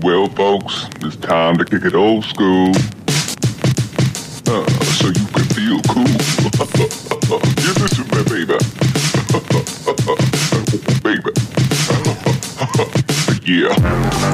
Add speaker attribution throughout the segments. Speaker 1: Well, folks, it's time to kick it old school. Uh, so you can feel cool. Give this to me, baby. baby. yeah.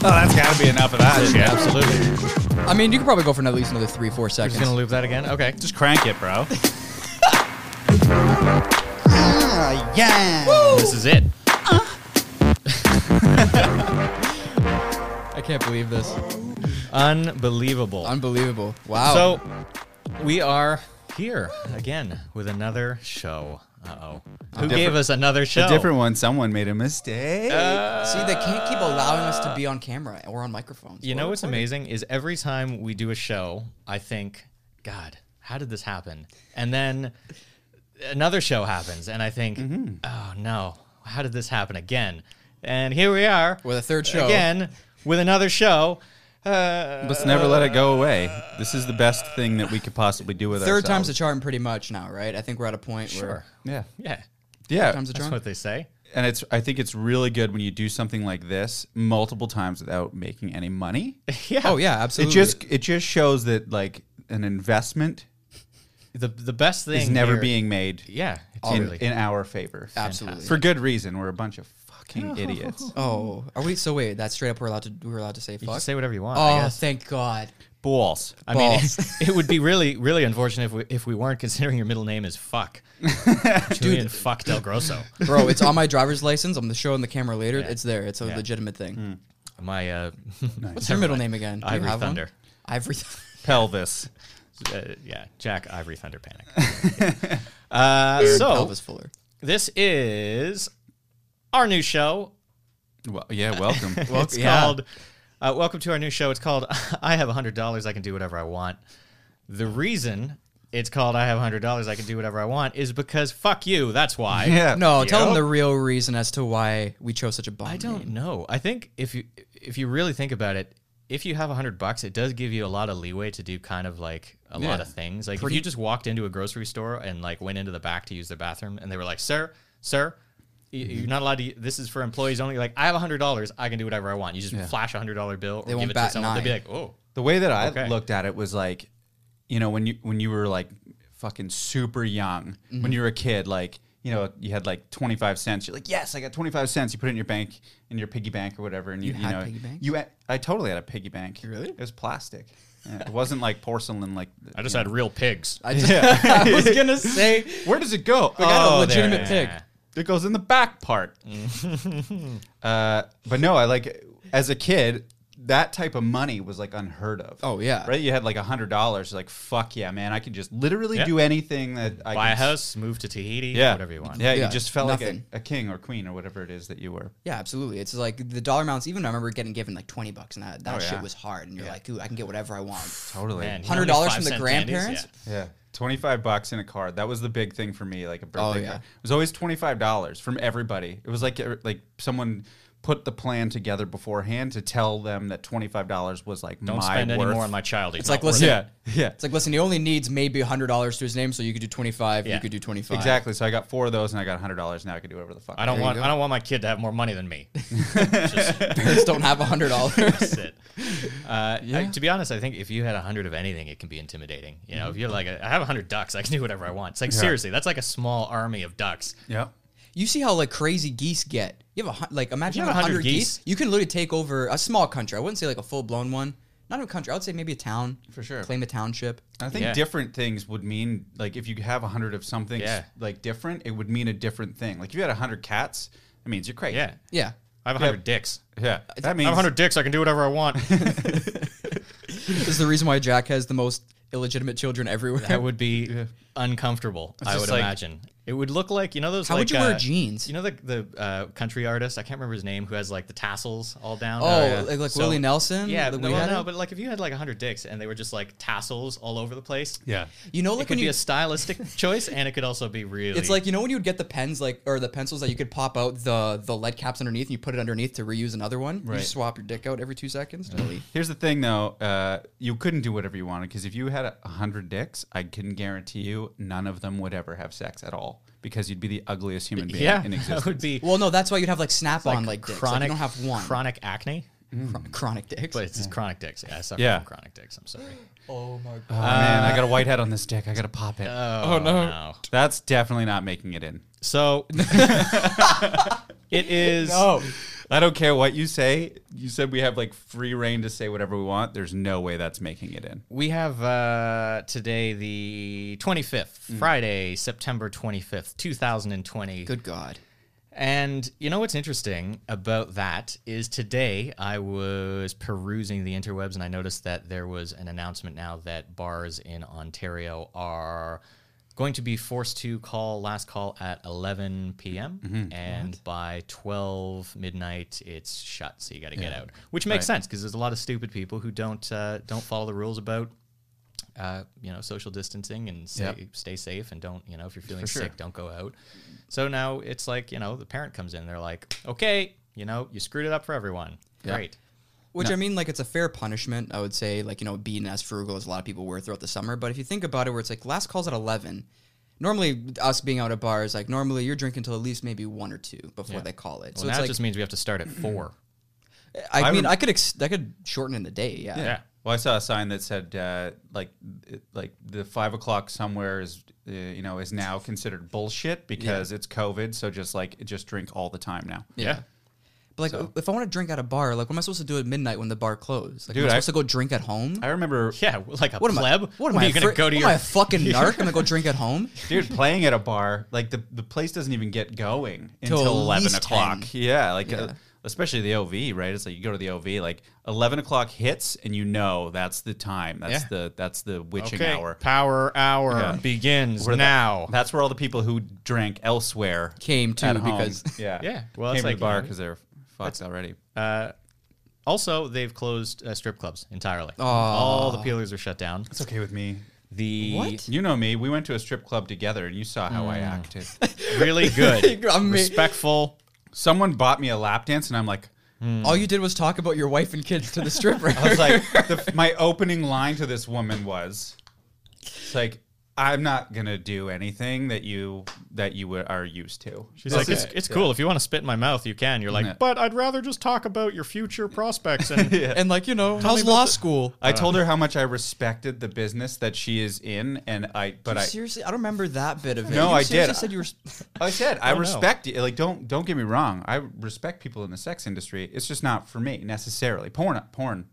Speaker 2: Oh, that's got to be enough of that shit.
Speaker 3: Absolutely.
Speaker 4: I mean, you could probably go for at least another three, four
Speaker 3: We're just gonna
Speaker 4: seconds.
Speaker 3: loop that again. Okay.
Speaker 2: Just crank it, bro.
Speaker 4: Ah,
Speaker 3: yeah. This is it.
Speaker 4: I can't believe this.
Speaker 3: Unbelievable.
Speaker 4: Unbelievable. Wow.
Speaker 3: So we are here again with another show. Uh oh. Who gave us another show?
Speaker 2: A different one. Someone made a mistake.
Speaker 4: see, they can't keep allowing us to be on camera or on microphones.
Speaker 3: You
Speaker 4: We're
Speaker 3: know what's
Speaker 4: recording.
Speaker 3: amazing is every time we do a show, I think, God, how did this happen? And then another show happens, and I think, oh no, how did this happen again? And here we are
Speaker 4: With a third show.
Speaker 3: again with another show. Uh,
Speaker 2: Let's never let it go away. This is the best thing that we could possibly do with
Speaker 4: Third time's
Speaker 2: ourselves.
Speaker 4: a charm, pretty much now, right? I think we're at a point
Speaker 3: sure.
Speaker 4: where
Speaker 2: Yeah,
Speaker 3: Yeah.
Speaker 2: yeah.
Speaker 4: time's a
Speaker 3: That's
Speaker 4: charm.
Speaker 3: what they say.
Speaker 2: and it's I think it's really good when you do something like this multiple times without making any money.
Speaker 3: Yeah.
Speaker 4: oh yeah, absolutely.
Speaker 2: It just it just shows that like an investment
Speaker 3: The, the best thing
Speaker 2: is never
Speaker 3: here-
Speaker 2: being made
Speaker 3: Yeah.
Speaker 2: in,
Speaker 3: Totally.
Speaker 2: in our favor.
Speaker 4: absolutely.
Speaker 2: For good reason. We're a bunch of fucking idiots.
Speaker 4: oh, are we? So wait, that's straight up. We're allowed to. We're allowed to say
Speaker 3: you can
Speaker 4: fuck.
Speaker 3: say whatever you want. I
Speaker 4: oh,
Speaker 3: guess.
Speaker 4: thank God.
Speaker 2: Balls.
Speaker 3: I mean,
Speaker 4: Balls.
Speaker 3: it, it would be really, really unfortunate if we, if we weren't considering your middle name is fuck. Julian fuck Del Grosso.
Speaker 4: Bro, it's on my driver's license. I'm showing the camera later. It's there. It's a
Speaker 3: Yeah.
Speaker 4: legitimate thing.
Speaker 3: My uh,
Speaker 4: What's your middle name again? Do you
Speaker 3: Ivory
Speaker 4: have one?
Speaker 3: Thunder.
Speaker 4: Ivory Thunder.
Speaker 2: Pelvis.
Speaker 3: uh, yeah, Jack Ivory Thunder Panic. uh, so
Speaker 4: Elvis Fuller.
Speaker 3: this is our new show.
Speaker 2: Well, yeah, welcome.
Speaker 3: It's
Speaker 4: Oh, yeah.
Speaker 3: called uh, Welcome to our new show. It's called I Have hundred dollars. I can do whatever I want. The reason it's called I Have hundred dollars. I can do whatever I want is because fuck you. That's why.
Speaker 2: yeah.
Speaker 4: No, tell them
Speaker 3: Yep.
Speaker 4: the real reason as to why we chose such a bomb.
Speaker 3: I don't
Speaker 4: name.
Speaker 3: know. I think if you if you really think about it, if you have a hundred bucks, it does give you a lot of leeway to do kind of like a lot
Speaker 2: Yeah.
Speaker 3: of things. Like if you just walked into a grocery store and like went into the back to use the bathroom, and they were like, "Sir, sir." y-
Speaker 4: Mm-hmm.
Speaker 3: You're not allowed to. This is for employees only. Like, I have a hundred dollars. I can do whatever I want. You just flash a hundred dollar bill. Or
Speaker 4: won't
Speaker 3: give it
Speaker 4: bat
Speaker 3: to someone. They'd be
Speaker 4: an
Speaker 3: like, "Oh,
Speaker 2: The way that I
Speaker 3: Okay.
Speaker 2: looked at it was like, you know, when you when you were like fucking super young,
Speaker 4: Mm-hmm.
Speaker 2: when you were a kid, like you know, you had like twenty five cents. You're like, yes, I got twenty five cents. You put it in your bank, in your piggy bank or whatever, and you, you,
Speaker 4: had
Speaker 2: know,
Speaker 4: piggy bank?
Speaker 2: you. had- I totally had a piggy bank.
Speaker 4: Really?
Speaker 2: It was plastic. Yeah, it wasn't like porcelain. Like
Speaker 3: I just had real pigs."
Speaker 4: I, just, I was gonna say
Speaker 2: Where does it go?
Speaker 4: I got a
Speaker 3: Oh, there.
Speaker 4: legitimate pig.
Speaker 2: It goes in the back part.
Speaker 4: Mm.
Speaker 2: uh, but no, I like as a kid, that type of money was like unheard of.
Speaker 4: Oh, yeah.
Speaker 2: right. You had like a hundred dollars. Like fuck yeah, man! I could just literally
Speaker 3: Yeah.
Speaker 2: do anything that I
Speaker 3: Buy
Speaker 2: could
Speaker 3: a
Speaker 2: s-
Speaker 3: house, move to Tahiti,
Speaker 2: Yeah,
Speaker 3: whatever you want.
Speaker 2: Yeah,
Speaker 4: Yeah,
Speaker 2: you just felt
Speaker 4: nothing.
Speaker 2: like a, a king or queen or whatever it is that you were.
Speaker 4: Yeah, absolutely. It's like the dollar amounts. Even I remember getting given like twenty bucks, and that, that
Speaker 2: Oh,
Speaker 4: shit
Speaker 2: yeah.
Speaker 4: was hard. And you're like, ooh, I can get whatever I want.
Speaker 2: Totally.
Speaker 3: Man, you know how
Speaker 4: Hundred
Speaker 3: many
Speaker 4: dollars
Speaker 3: five
Speaker 4: from the
Speaker 3: cent candies?
Speaker 4: grandparents.
Speaker 3: Yeah.
Speaker 2: Yeah. 25 bucks in a card. That was the big thing for me, like a birthday
Speaker 4: Oh, yeah.
Speaker 2: card. It was always $25 from everybody. It was like er, like someone put the plan together beforehand to tell them that $25 was like
Speaker 3: Don't
Speaker 2: my
Speaker 3: spend
Speaker 2: worth.
Speaker 3: any more on my child. He's
Speaker 4: It's like,
Speaker 3: not worth
Speaker 4: listen,
Speaker 3: it.
Speaker 2: Yeah. Yeah.
Speaker 4: It's like, listen, he only needs maybe hundred dollars to his name, so you could do twenty five.
Speaker 3: Yeah.
Speaker 4: You could do twenty five.
Speaker 2: Exactly. So I got four of those and I got $100 now I can do whatever the fuck.
Speaker 3: I don't
Speaker 4: you
Speaker 3: want.
Speaker 4: go.
Speaker 3: I don't want my kid to have more money than me.
Speaker 4: Parents don't have hundred dollars.
Speaker 3: That's it. Uh, I- to be honest, I think if you had a hundred of anything, it can be intimidating. You know, if you're like, I have a hundred ducks, I can do whatever I want. It's like seriously, that's like a small army of ducks.
Speaker 2: Yeah.
Speaker 4: You see how like crazy geese get. You have a hun- like imagine
Speaker 3: You
Speaker 4: a
Speaker 3: have 100
Speaker 4: hundred geese.
Speaker 3: geese.
Speaker 4: You can literally take over a small country. I wouldn't say like a full blown one. Not a country. I would say maybe a town.
Speaker 2: For sure.
Speaker 4: Claim a township.
Speaker 2: I think
Speaker 3: Yeah.
Speaker 2: different things would mean like if you have a hundred of something
Speaker 3: Yeah.
Speaker 2: like different, it would mean a different thing. Like if you had a hundred cats, that means you're crazy.
Speaker 3: Yeah,
Speaker 4: Yeah.
Speaker 3: I have a hundred dicks.
Speaker 2: Yeah. That
Speaker 3: I
Speaker 2: means
Speaker 3: have a hundred dicks. I can do whatever I want.
Speaker 4: This is the reason why Jack has the most illegitimate children everywhere.
Speaker 3: that would be uncomfortable. I
Speaker 2: just
Speaker 3: would
Speaker 2: like-
Speaker 3: imagine. It would look like you know those.
Speaker 4: How
Speaker 3: like,
Speaker 4: would you wear
Speaker 3: uh,
Speaker 4: jeans?
Speaker 3: You know the the uh, country artist. I can't remember his name who has like the tassels all down.
Speaker 4: Oh, like, like
Speaker 3: So-
Speaker 4: Willie Nelson.
Speaker 3: Yeah,
Speaker 4: like
Speaker 3: no,
Speaker 4: we
Speaker 3: no,
Speaker 4: had
Speaker 3: no,
Speaker 4: it?
Speaker 3: but like if you had like hundred dicks and they were just like tassels all over the place,
Speaker 2: Yeah.
Speaker 4: you know,
Speaker 3: it
Speaker 4: like
Speaker 3: could
Speaker 4: when
Speaker 3: be
Speaker 4: you,
Speaker 3: a stylistic choice, and it could also be really.
Speaker 4: it's like you know when you would get the pens like or the pencils that you could pop out the the lead caps underneath and you put it underneath to reuse another one. You
Speaker 2: Right.
Speaker 4: just swap your dick out every two seconds. Really?
Speaker 2: Here's the thing, though. Uh, you couldn't do whatever you wanted because if you had a hundred dicks, I can guarantee you none of them would ever have sex at all because you'd be the ugliest human being
Speaker 3: yeah,
Speaker 2: in
Speaker 3: that
Speaker 2: existence.
Speaker 3: would be
Speaker 4: Well, no, that's why you'd have like snap on like, dicks. Like,
Speaker 3: chronic.
Speaker 4: you don't have one
Speaker 3: chronic acne,
Speaker 4: Chron- chronic dicks.
Speaker 3: but it's just chronic dicks. Yeah, I suffer
Speaker 2: Yeah.
Speaker 3: from chronic dicks. I'm sorry.
Speaker 4: oh
Speaker 3: Uh,
Speaker 4: my
Speaker 2: oh
Speaker 4: god.
Speaker 2: man, I got a whitehead on this dick. I gotta pop it.
Speaker 3: Oh, no.
Speaker 2: That's definitely not making it in.
Speaker 3: So it is.
Speaker 4: Oh,
Speaker 2: I don't care what you say. You said we have like free reign to say whatever we want. There's no way that's making it in.
Speaker 3: We have uh, today the 25th, Friday, September 25th, 2020.
Speaker 4: good god.
Speaker 3: And you know what's interesting about that is today I was perusing the interwebs and I noticed that there was an announcement now that bars in Ontario are going to be forced to call last call at 11 p.m. and by 12 midnight it's shut so you got to get out which makes sense because there's a lot of stupid people who don't uh, don't follow the rules about uh, you know, social distancing and say,
Speaker 2: Yep.
Speaker 3: stay safe and don't, you know, if you're feeling
Speaker 2: sure.
Speaker 3: sick, don't go out. So now it's like, you know, the parent comes in, they're like, okay, you know, you screwed it up for everyone. Great.
Speaker 4: Which I mean, like it's a fair punishment. I would say, like you know, being as frugal as a lot of people were throughout the summer. But if you think about it, where it's like last calls at eleven. Normally, us being out at bars, like normally you're drinking till at least maybe one or two before they call it.
Speaker 3: Well,
Speaker 4: So
Speaker 3: now
Speaker 4: it's
Speaker 3: it
Speaker 4: like
Speaker 3: just means we have to start at four.
Speaker 4: I,
Speaker 2: I
Speaker 4: mean,
Speaker 2: rem-
Speaker 4: I could ex- I could shorten in the day. Yeah.
Speaker 3: Yeah.
Speaker 2: Well, I saw a sign that said uh, like it- like the five o'clock somewhere is uh, you know is now considered bullshit because it's COVID. So just like just drink all the time now.
Speaker 4: Yeah. But like, if I want to drink at a bar, like, what am I supposed to do at midnight when the bar closed? Like, am
Speaker 2: Dude,
Speaker 4: I
Speaker 2: I-
Speaker 4: supposed to go drink at home?
Speaker 2: I remember,
Speaker 3: Yeah. Like a
Speaker 4: what am
Speaker 3: pleb.
Speaker 4: I? What am
Speaker 3: are
Speaker 4: I?
Speaker 3: you going
Speaker 4: afraid-
Speaker 3: to go to
Speaker 4: what
Speaker 3: your.
Speaker 4: am I a fucking narc? I'm gonna go drink at home.
Speaker 2: dude, playing at a bar like the the place doesn't even get going
Speaker 4: Till
Speaker 2: until
Speaker 4: at
Speaker 2: eleven
Speaker 4: least
Speaker 2: o'clock.
Speaker 4: 10.
Speaker 2: Yeah, like
Speaker 4: Yeah.
Speaker 2: Uh, especially the OV, right? It's like you go to the OV, like eleven o'clock hits, and you know that's the time. That's
Speaker 3: Yeah.
Speaker 2: the that's the witching
Speaker 3: okay.
Speaker 2: hour.
Speaker 3: Power hour
Speaker 2: Yeah.
Speaker 3: begins
Speaker 2: Where the-
Speaker 3: now.
Speaker 2: that's where all the people who drank elsewhere
Speaker 4: Came to
Speaker 2: at home.
Speaker 4: because-
Speaker 2: yeah
Speaker 3: Yeah. Well,
Speaker 2: came
Speaker 3: it's
Speaker 2: to
Speaker 3: like-
Speaker 2: the bar because they're fucked already.
Speaker 3: also, they've closed uh, strip clubs entirely. All the peelers are shut down.
Speaker 2: It's okay with me.
Speaker 3: The
Speaker 4: What? Mm.
Speaker 2: You know me. We went to a strip club together, and you saw how I acted.
Speaker 3: really good,
Speaker 4: I mean-
Speaker 3: respectful.
Speaker 2: Someone bought me a lap dance, and I'm like,
Speaker 4: All you did was talk about your wife and kids to the stripper.
Speaker 2: Hmm. I was like, the, my opening line to this woman was, "It's like I'm not gonna do anything that you that you are used to."
Speaker 3: She's like, it's, it's cool. If you want to spit in my mouth, you can. You're like,
Speaker 2: Yeah.
Speaker 3: but I'd rather just talk about your future prospects. And
Speaker 4: and like you know, how's law school?
Speaker 2: I told her how much I respected the business that she is in, and I but I
Speaker 4: seriously, I don't remember that bit of it.
Speaker 2: No,
Speaker 4: You
Speaker 2: I
Speaker 4: seriously
Speaker 2: did.
Speaker 4: Said you were.
Speaker 2: I said I
Speaker 3: no.
Speaker 2: respect you. Like, don't don't get me wrong. I respect people in the sex industry. It's just not for me necessarily. Porn, porn,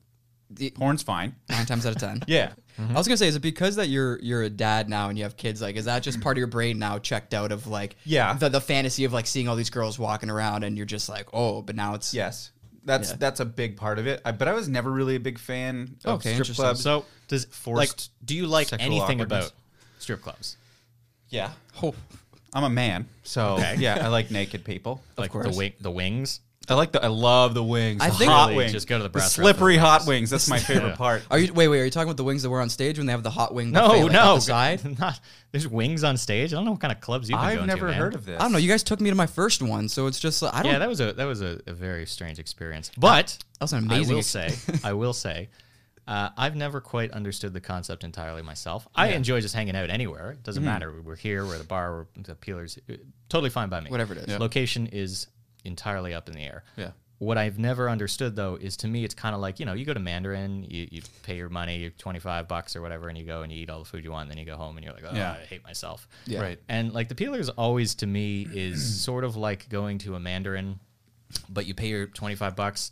Speaker 4: The-
Speaker 2: porn's fine.
Speaker 4: Nine times out of ten.
Speaker 2: Yeah, Mm-hmm.
Speaker 4: I was gonna say, is it because that you're you're a dad now and you have kids? Like, is that just part of your brain now checked out of like
Speaker 2: Yeah.
Speaker 4: the the fantasy of like seeing all these girls walking around and you're just like, oh, but now it's
Speaker 2: yes, that's
Speaker 4: Yeah.
Speaker 2: that's a big part of it. I, but I was never really a big fan of
Speaker 4: Okay,
Speaker 2: strip
Speaker 4: interesting.
Speaker 2: clubs.
Speaker 3: so does like
Speaker 2: Forced
Speaker 3: do you like
Speaker 2: sexual
Speaker 3: anything
Speaker 2: awkwardness.
Speaker 3: about strip clubs?
Speaker 2: yeah,
Speaker 4: Oh,
Speaker 2: I'm a man, so yeah, I like naked people.
Speaker 3: Like the
Speaker 4: course.
Speaker 3: wing, the wings.
Speaker 2: I like the I love the wings.
Speaker 4: I
Speaker 2: the
Speaker 4: think-
Speaker 2: hot
Speaker 3: Really,
Speaker 2: wings.
Speaker 3: just go to the brass rail for
Speaker 2: slippery
Speaker 3: the
Speaker 2: hot wings. That's my favorite
Speaker 3: Yeah.
Speaker 2: part.
Speaker 4: are you wait wait? Are you talking about the wings that were on stage when they have the hot wing?
Speaker 3: No,
Speaker 4: buffet, like,
Speaker 3: no,
Speaker 4: out the side.
Speaker 3: Not there's wings on stage. I don't know what kind of clubs you've been
Speaker 2: I've
Speaker 3: going to,
Speaker 2: never
Speaker 3: man.
Speaker 2: heard of this.
Speaker 4: I don't know. You guys took me to my first one, so it's just like, I don't.
Speaker 3: Yeah, that was a that was a, a very strange experience. But
Speaker 4: that was an amazing
Speaker 3: I will
Speaker 4: ex-
Speaker 3: say, I will say, uh, I've never quite understood the concept entirely myself. I enjoy just hanging out anywhere. It
Speaker 4: Mm-hmm.
Speaker 3: doesn't matter. We're here. We're at a bar. We're at the peelers. Uh, Totally fine by me.
Speaker 4: Whatever it is. Yeah.
Speaker 3: Location is entirely up in the air.
Speaker 2: Yeah.
Speaker 3: What I've never understood though is to me it's kind of like you know you go to Mandarin, you, you pay your money, your twenty five bucks or whatever, and you go and you eat all the food you want, and then you go home and you're like, oh,
Speaker 2: Yeah.
Speaker 3: I hate myself.
Speaker 4: Yeah.
Speaker 2: Right.
Speaker 3: And like the peelers always to me is sort of like going to a Mandarin, but you pay your 25 bucks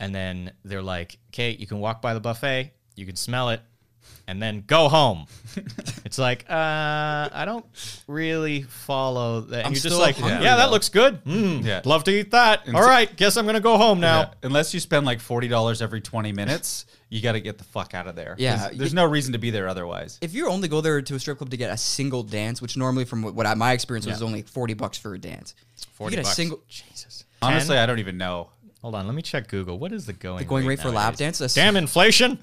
Speaker 3: and then they're like, okay, you can walk by the buffet, you can smell it, and then go home. it's like, uh, I don't really follow that. And
Speaker 4: I'm
Speaker 3: you're just
Speaker 4: still
Speaker 3: like,
Speaker 4: hungry,
Speaker 3: yeah, that
Speaker 4: though."
Speaker 3: looks good. Mm,
Speaker 2: Yeah.
Speaker 3: Love to eat that.
Speaker 2: And
Speaker 3: All
Speaker 2: so-
Speaker 3: right, guess I'm going to go home now.
Speaker 2: Yeah, Unless you spend like forty dollars every twenty minutes, you got to get the fuck out of there. 'Cause
Speaker 4: Yeah.
Speaker 2: there's no reason to be there otherwise.
Speaker 4: If you only go there to a strip club to get a single dance, which normally from what- what I, my experience was
Speaker 2: Yeah.
Speaker 4: only forty bucks for a dance, you
Speaker 3: 40
Speaker 4: get a
Speaker 3: bucks.
Speaker 4: single
Speaker 3: Jesus.
Speaker 2: Honestly,
Speaker 3: Ten?
Speaker 2: I don't even know.
Speaker 3: hold on. Let me check Google. What is the going
Speaker 4: going rate for lap
Speaker 3: nowadays?
Speaker 4: dances?
Speaker 3: Damn inflation.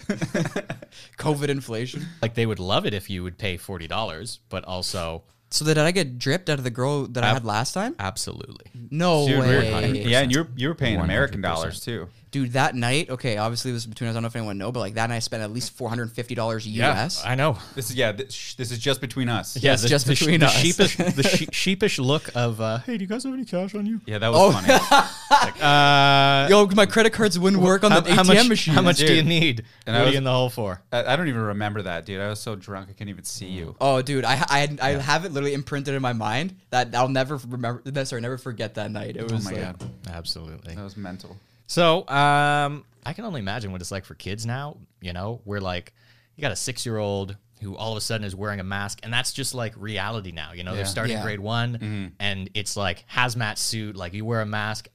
Speaker 4: COVID inflation.
Speaker 3: like they would love it if you would pay forty dollars, but also
Speaker 4: So did I get dripped out of the girl that I had last time?
Speaker 3: absolutely.
Speaker 4: No
Speaker 2: Dude, we were- and-
Speaker 4: way.
Speaker 2: yeah, and you're you're paying American
Speaker 3: 100%.
Speaker 2: dollars too.
Speaker 4: Dude, that night, okay, obviously it was between us. I don't know if anyone know, but like that night I spent at least four hundred and fifty dollars US.
Speaker 3: I know.
Speaker 2: This is yeah. This, sh- this is just between us.
Speaker 3: Yeah,
Speaker 4: It's just
Speaker 3: sh-
Speaker 4: between us.
Speaker 3: sheepish, the she- sheepish look of, uh, hey, do you guys have any cash on you?
Speaker 2: Yeah, that was
Speaker 4: Oh.
Speaker 2: funny.
Speaker 3: Uh,
Speaker 4: Yo, my credit cards wouldn't work on the ATM
Speaker 3: much,
Speaker 4: machine.
Speaker 3: How much do
Speaker 2: Dude.
Speaker 3: you need?
Speaker 2: And I
Speaker 3: what are
Speaker 2: was-
Speaker 3: you in the hole for?
Speaker 2: I, I don't even remember that, dude. I was so drunk I couldn't even see you.
Speaker 4: Oh, dude, I I, I have it literally imprinted in my mind that I'll never remember. That, sorry, never forget that night.
Speaker 3: Oh
Speaker 4: It was
Speaker 2: Oh my
Speaker 4: like,
Speaker 2: God.
Speaker 3: Absolutely.
Speaker 2: That was mental.
Speaker 3: So um, I can only imagine what it's like for kids now. You know, we're like, you got a six year old who all of a sudden is wearing a mask, and that's just like reality now. You know, they're
Speaker 2: Yeah.
Speaker 3: starting
Speaker 4: Yeah. Mm-hmm.
Speaker 3: grade one, and it's like hazmat suit, like you wear a mask.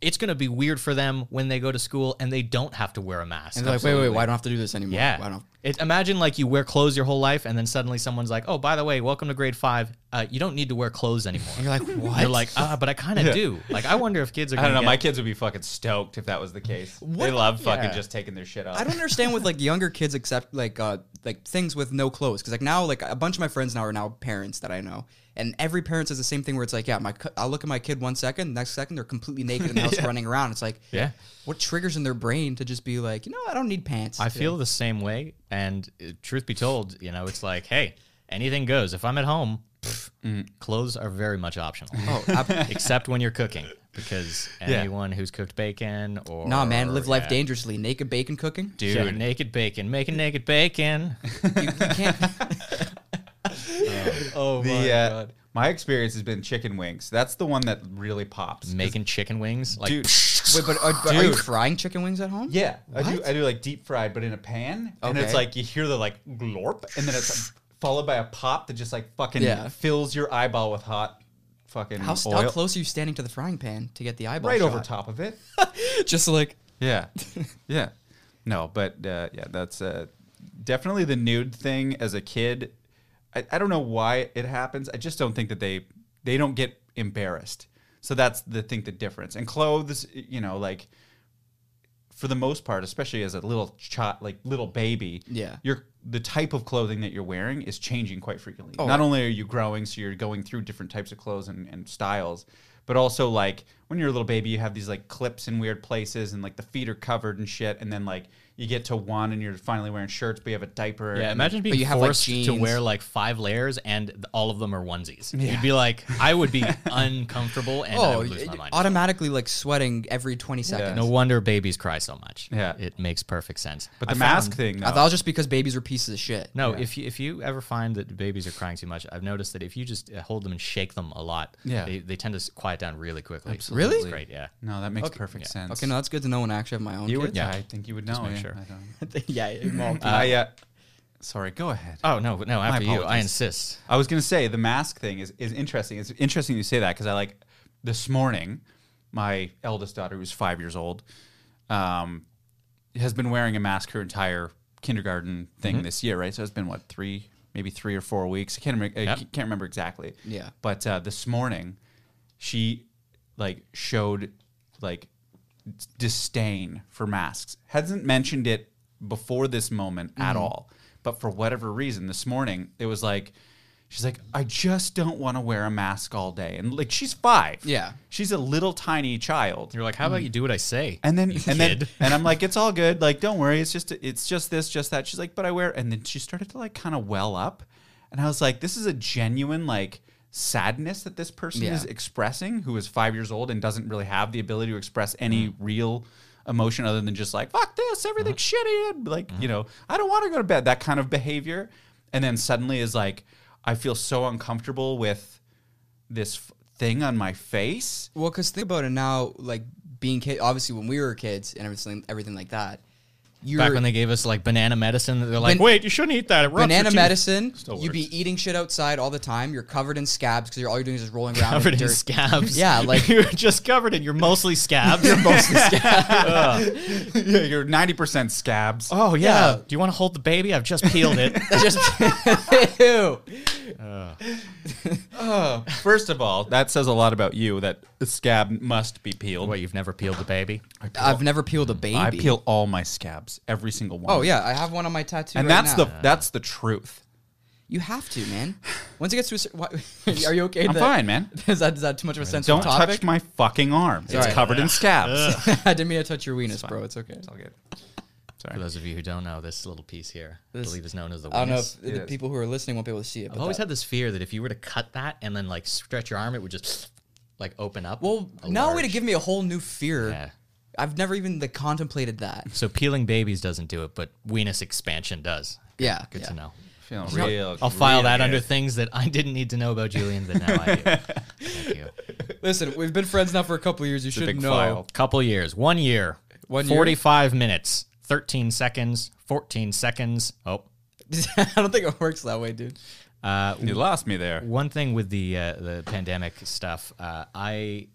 Speaker 3: It's gonna be weird for them when they go to school and they don't have to wear a mask.
Speaker 4: And they're like, wait, wait, wait, why don't I have to do this anymore?
Speaker 3: Yeah.
Speaker 4: Why don't?
Speaker 3: It, imagine like you wear clothes your whole life, and then suddenly someone's like, "Oh, by the way, welcome to grade five. Uh, you don't need to wear clothes anymore."
Speaker 4: You're like, what?
Speaker 3: You're like, ah, but I kind of do. Like, I wonder if kids
Speaker 2: I
Speaker 3: are. Gonna
Speaker 2: don't know.
Speaker 3: Get,
Speaker 2: My kids would be fucking stoked if that was the case.
Speaker 4: What-
Speaker 2: They love fucking
Speaker 3: Yeah.
Speaker 2: just taking their shit off.
Speaker 4: I don't understand with like younger kids accept like uh like things with no clothes because like now like a bunch of my friends now are now parents that I know and every parent says the same thing where it's like yeah my I look at my kid one second next second they're completely naked in the house running around it's like
Speaker 3: Yeah.
Speaker 4: what triggers in their brain to just be like you know I don't need pants
Speaker 3: I
Speaker 4: today.
Speaker 3: feel the same way. And uh, truth be told, you know, it's like, hey, anything goes. If I'm at home, pff,
Speaker 4: Mm.
Speaker 3: clothes are very much optional,
Speaker 4: oh I,
Speaker 3: except when you're cooking, because
Speaker 2: Yeah.
Speaker 3: anyone who's cooked bacon or
Speaker 4: nah man live life
Speaker 3: yeah.
Speaker 4: dangerously naked bacon cooking
Speaker 2: dude.
Speaker 3: Yeah, naked bacon, making naked bacon.
Speaker 4: you, you can't Oh
Speaker 2: the, my
Speaker 3: uh,
Speaker 2: my experience has been chicken wings. That's the one that really pops.
Speaker 3: making chicken wings. Like,
Speaker 2: Dude.
Speaker 4: wait but are, but are you frying chicken wings at home
Speaker 2: Yeah, I do. I do like deep fried, but in a pan, and it's
Speaker 4: Okay.
Speaker 2: like you hear the like glorp, and then it's followed by a pop that just like fucking
Speaker 4: Yeah.
Speaker 2: fills your eyeball with hot fucking
Speaker 4: how,
Speaker 2: oil,
Speaker 4: how close are you standing to the frying pan to get the eyeball
Speaker 2: right
Speaker 4: shot?
Speaker 2: over top of it.
Speaker 4: just like
Speaker 2: yeah, yeah. No, but uh, yeah, that's uh, definitely the nude thing as a kid. I, I don't know why it happens. I just don't think that they they don't get embarrassed. So that's the think the difference. And clothes, you know, like for the most part, especially as a little child, like little baby,
Speaker 4: Yeah.
Speaker 2: your the type of clothing that you're wearing is changing quite frequently. Not only are you growing, so you're going through different types of clothes and, and styles, but also like when you're a little baby, you have these like clips in weird places, and like the feet are covered and shit, and then like you get to one, and you're finally wearing shirts, but you have a diaper.
Speaker 3: Yeah,
Speaker 2: and-
Speaker 3: imagine being
Speaker 4: you have, like,
Speaker 3: forced to
Speaker 4: jeans.
Speaker 3: wear like five layers and th- all of them are onesies. You'd be like, I would be uncomfortable and I
Speaker 4: oh
Speaker 3: would lose my
Speaker 4: it-
Speaker 3: mind.
Speaker 4: automatically like sweating every 20 seconds
Speaker 3: no wonder babies cry so much.
Speaker 2: Yeah.
Speaker 3: it makes perfect sense.
Speaker 2: But
Speaker 3: I
Speaker 2: the
Speaker 3: found-
Speaker 2: mask thing, though,
Speaker 4: I thought it was just because babies are pieces of shit.
Speaker 3: No, if you if you ever find that babies are crying too much, I've noticed that if you just uh, hold them and shake them a lot,
Speaker 2: Yeah.
Speaker 3: they, they tend to s- quiet down really quickly.
Speaker 4: Absolutely.
Speaker 3: It's great. Yeah,
Speaker 2: no, that makes perfect sense.
Speaker 4: Okay, no, that's good to know when I actually have my own
Speaker 2: you would.
Speaker 4: kids.
Speaker 2: Yeah,
Speaker 3: Yeah.
Speaker 2: I think you would know.
Speaker 3: make
Speaker 2: yeah,
Speaker 3: sure.
Speaker 2: I don't.
Speaker 4: yeah, it won't.
Speaker 2: I, uh, sorry, go ahead.
Speaker 3: Oh no, no. After you, I
Speaker 2: apologies.
Speaker 3: insist.
Speaker 2: I was gonna say the mask thing is is interesting. It's interesting you say that because I like this morning, my eldest daughter who's five years old, um, has been wearing a mask her entire kindergarten thing this year, right? So it's been what three, maybe three or four weeks. I can't remember. I
Speaker 3: Yep.
Speaker 2: c- can't remember exactly.
Speaker 4: Yeah.
Speaker 2: But uh, this morning, she like showed like disdain for masks. Hasn't mentioned it before this moment at all. But for whatever reason, this morning it was like she's like, I just don't want to wear a mask all day. And like she's five.
Speaker 4: Yeah.
Speaker 2: She's a little tiny child.
Speaker 3: You're like, how about you do what I say?
Speaker 2: And then
Speaker 3: you
Speaker 2: and
Speaker 3: kid.
Speaker 2: then and I'm like, it's all good. Like, don't worry. It's just it's just this, just that. She's like, but I wear. And then she started to like kind of well up, and I was like, this is a genuine like sadness that this person
Speaker 4: Yeah.
Speaker 2: is expressing, who is five years old and doesn't really have the ability to express any real emotion other than just like fuck this, everything's shitty, and like you know, I don't want to go to bed. That kind of behavior, and then suddenly is like, I feel so uncomfortable with this f- thing on my face.
Speaker 4: Well, because think about it now, like being kid. Obviously, when we were kids and everything, everything like that, you're
Speaker 3: Back when they gave us like banana medicine, they're like,
Speaker 4: Ban-
Speaker 3: wait, you shouldn't eat that. It rots your
Speaker 4: banana
Speaker 3: teeth."
Speaker 4: medicine.
Speaker 2: Still
Speaker 4: You'd be eating shit outside all the time. You're covered in scabs because all you're doing is just rolling around
Speaker 3: covered
Speaker 4: in
Speaker 3: in
Speaker 4: dirt.
Speaker 3: scabs.
Speaker 4: Yeah, like-
Speaker 3: you're just covered in. You're mostly scabs.
Speaker 2: yeah, you're ninety percent scabs.
Speaker 3: oh
Speaker 4: yeah.
Speaker 3: yeah. Do you want to hold the baby? I've just peeled it.
Speaker 4: just ew.
Speaker 2: First of all, that says a lot about you that the scab must be peeled.
Speaker 3: Wait, you've never peeled the baby?
Speaker 4: I've never peeled a baby.
Speaker 2: I peel all my scabs, every single one.
Speaker 4: Oh yeah, I have one on my tattoo.
Speaker 2: and
Speaker 4: right
Speaker 2: that's
Speaker 4: now.
Speaker 2: the that's the truth.
Speaker 4: you have to, man. Once it gets to a certain, are you okay?
Speaker 2: I'm
Speaker 4: that-
Speaker 2: fine, man.
Speaker 4: Is that is that too much of a sensitive
Speaker 2: Don't
Speaker 4: topic?
Speaker 2: touch my fucking arm. It's
Speaker 4: right.
Speaker 2: covered in scabs.
Speaker 4: I didn't mean to touch your weenus, bro. It's okay.
Speaker 2: I'll get-
Speaker 3: For those of you who don't know, this little piece here, I believe, is known as the.
Speaker 4: I don't know if
Speaker 3: weenus.
Speaker 4: the
Speaker 2: is.
Speaker 4: people who are listening won't be able to see it. But
Speaker 3: I've always
Speaker 4: that-
Speaker 3: had this fear that if you were to cut that and then like stretch your arm, it would just like open up.
Speaker 4: well,
Speaker 3: a
Speaker 4: now way to
Speaker 3: large-
Speaker 4: give me a whole new fear.
Speaker 3: Yeah.
Speaker 4: I've never even like, contemplated that.
Speaker 3: So peeling babies doesn't do it, but weenus expansion does.
Speaker 4: Yeah,
Speaker 3: Good to
Speaker 4: yeah.
Speaker 3: know.
Speaker 2: Feeling real.
Speaker 3: I'll file
Speaker 2: real
Speaker 3: that
Speaker 2: good.
Speaker 3: under things that I didn't need to know about Julian, but now I do. Thank you.
Speaker 4: Listen, we've been friends now for a couple of years. You should
Speaker 2: big
Speaker 4: know.
Speaker 2: file.
Speaker 3: Couple years, one year,
Speaker 4: One year?
Speaker 3: 45 minutes, 13 seconds, 14 seconds. Oh,
Speaker 4: I don't think it works that way, dude.
Speaker 3: uh,
Speaker 2: You lost me there.
Speaker 3: One thing with the uh, the pandemic stuff, uh, I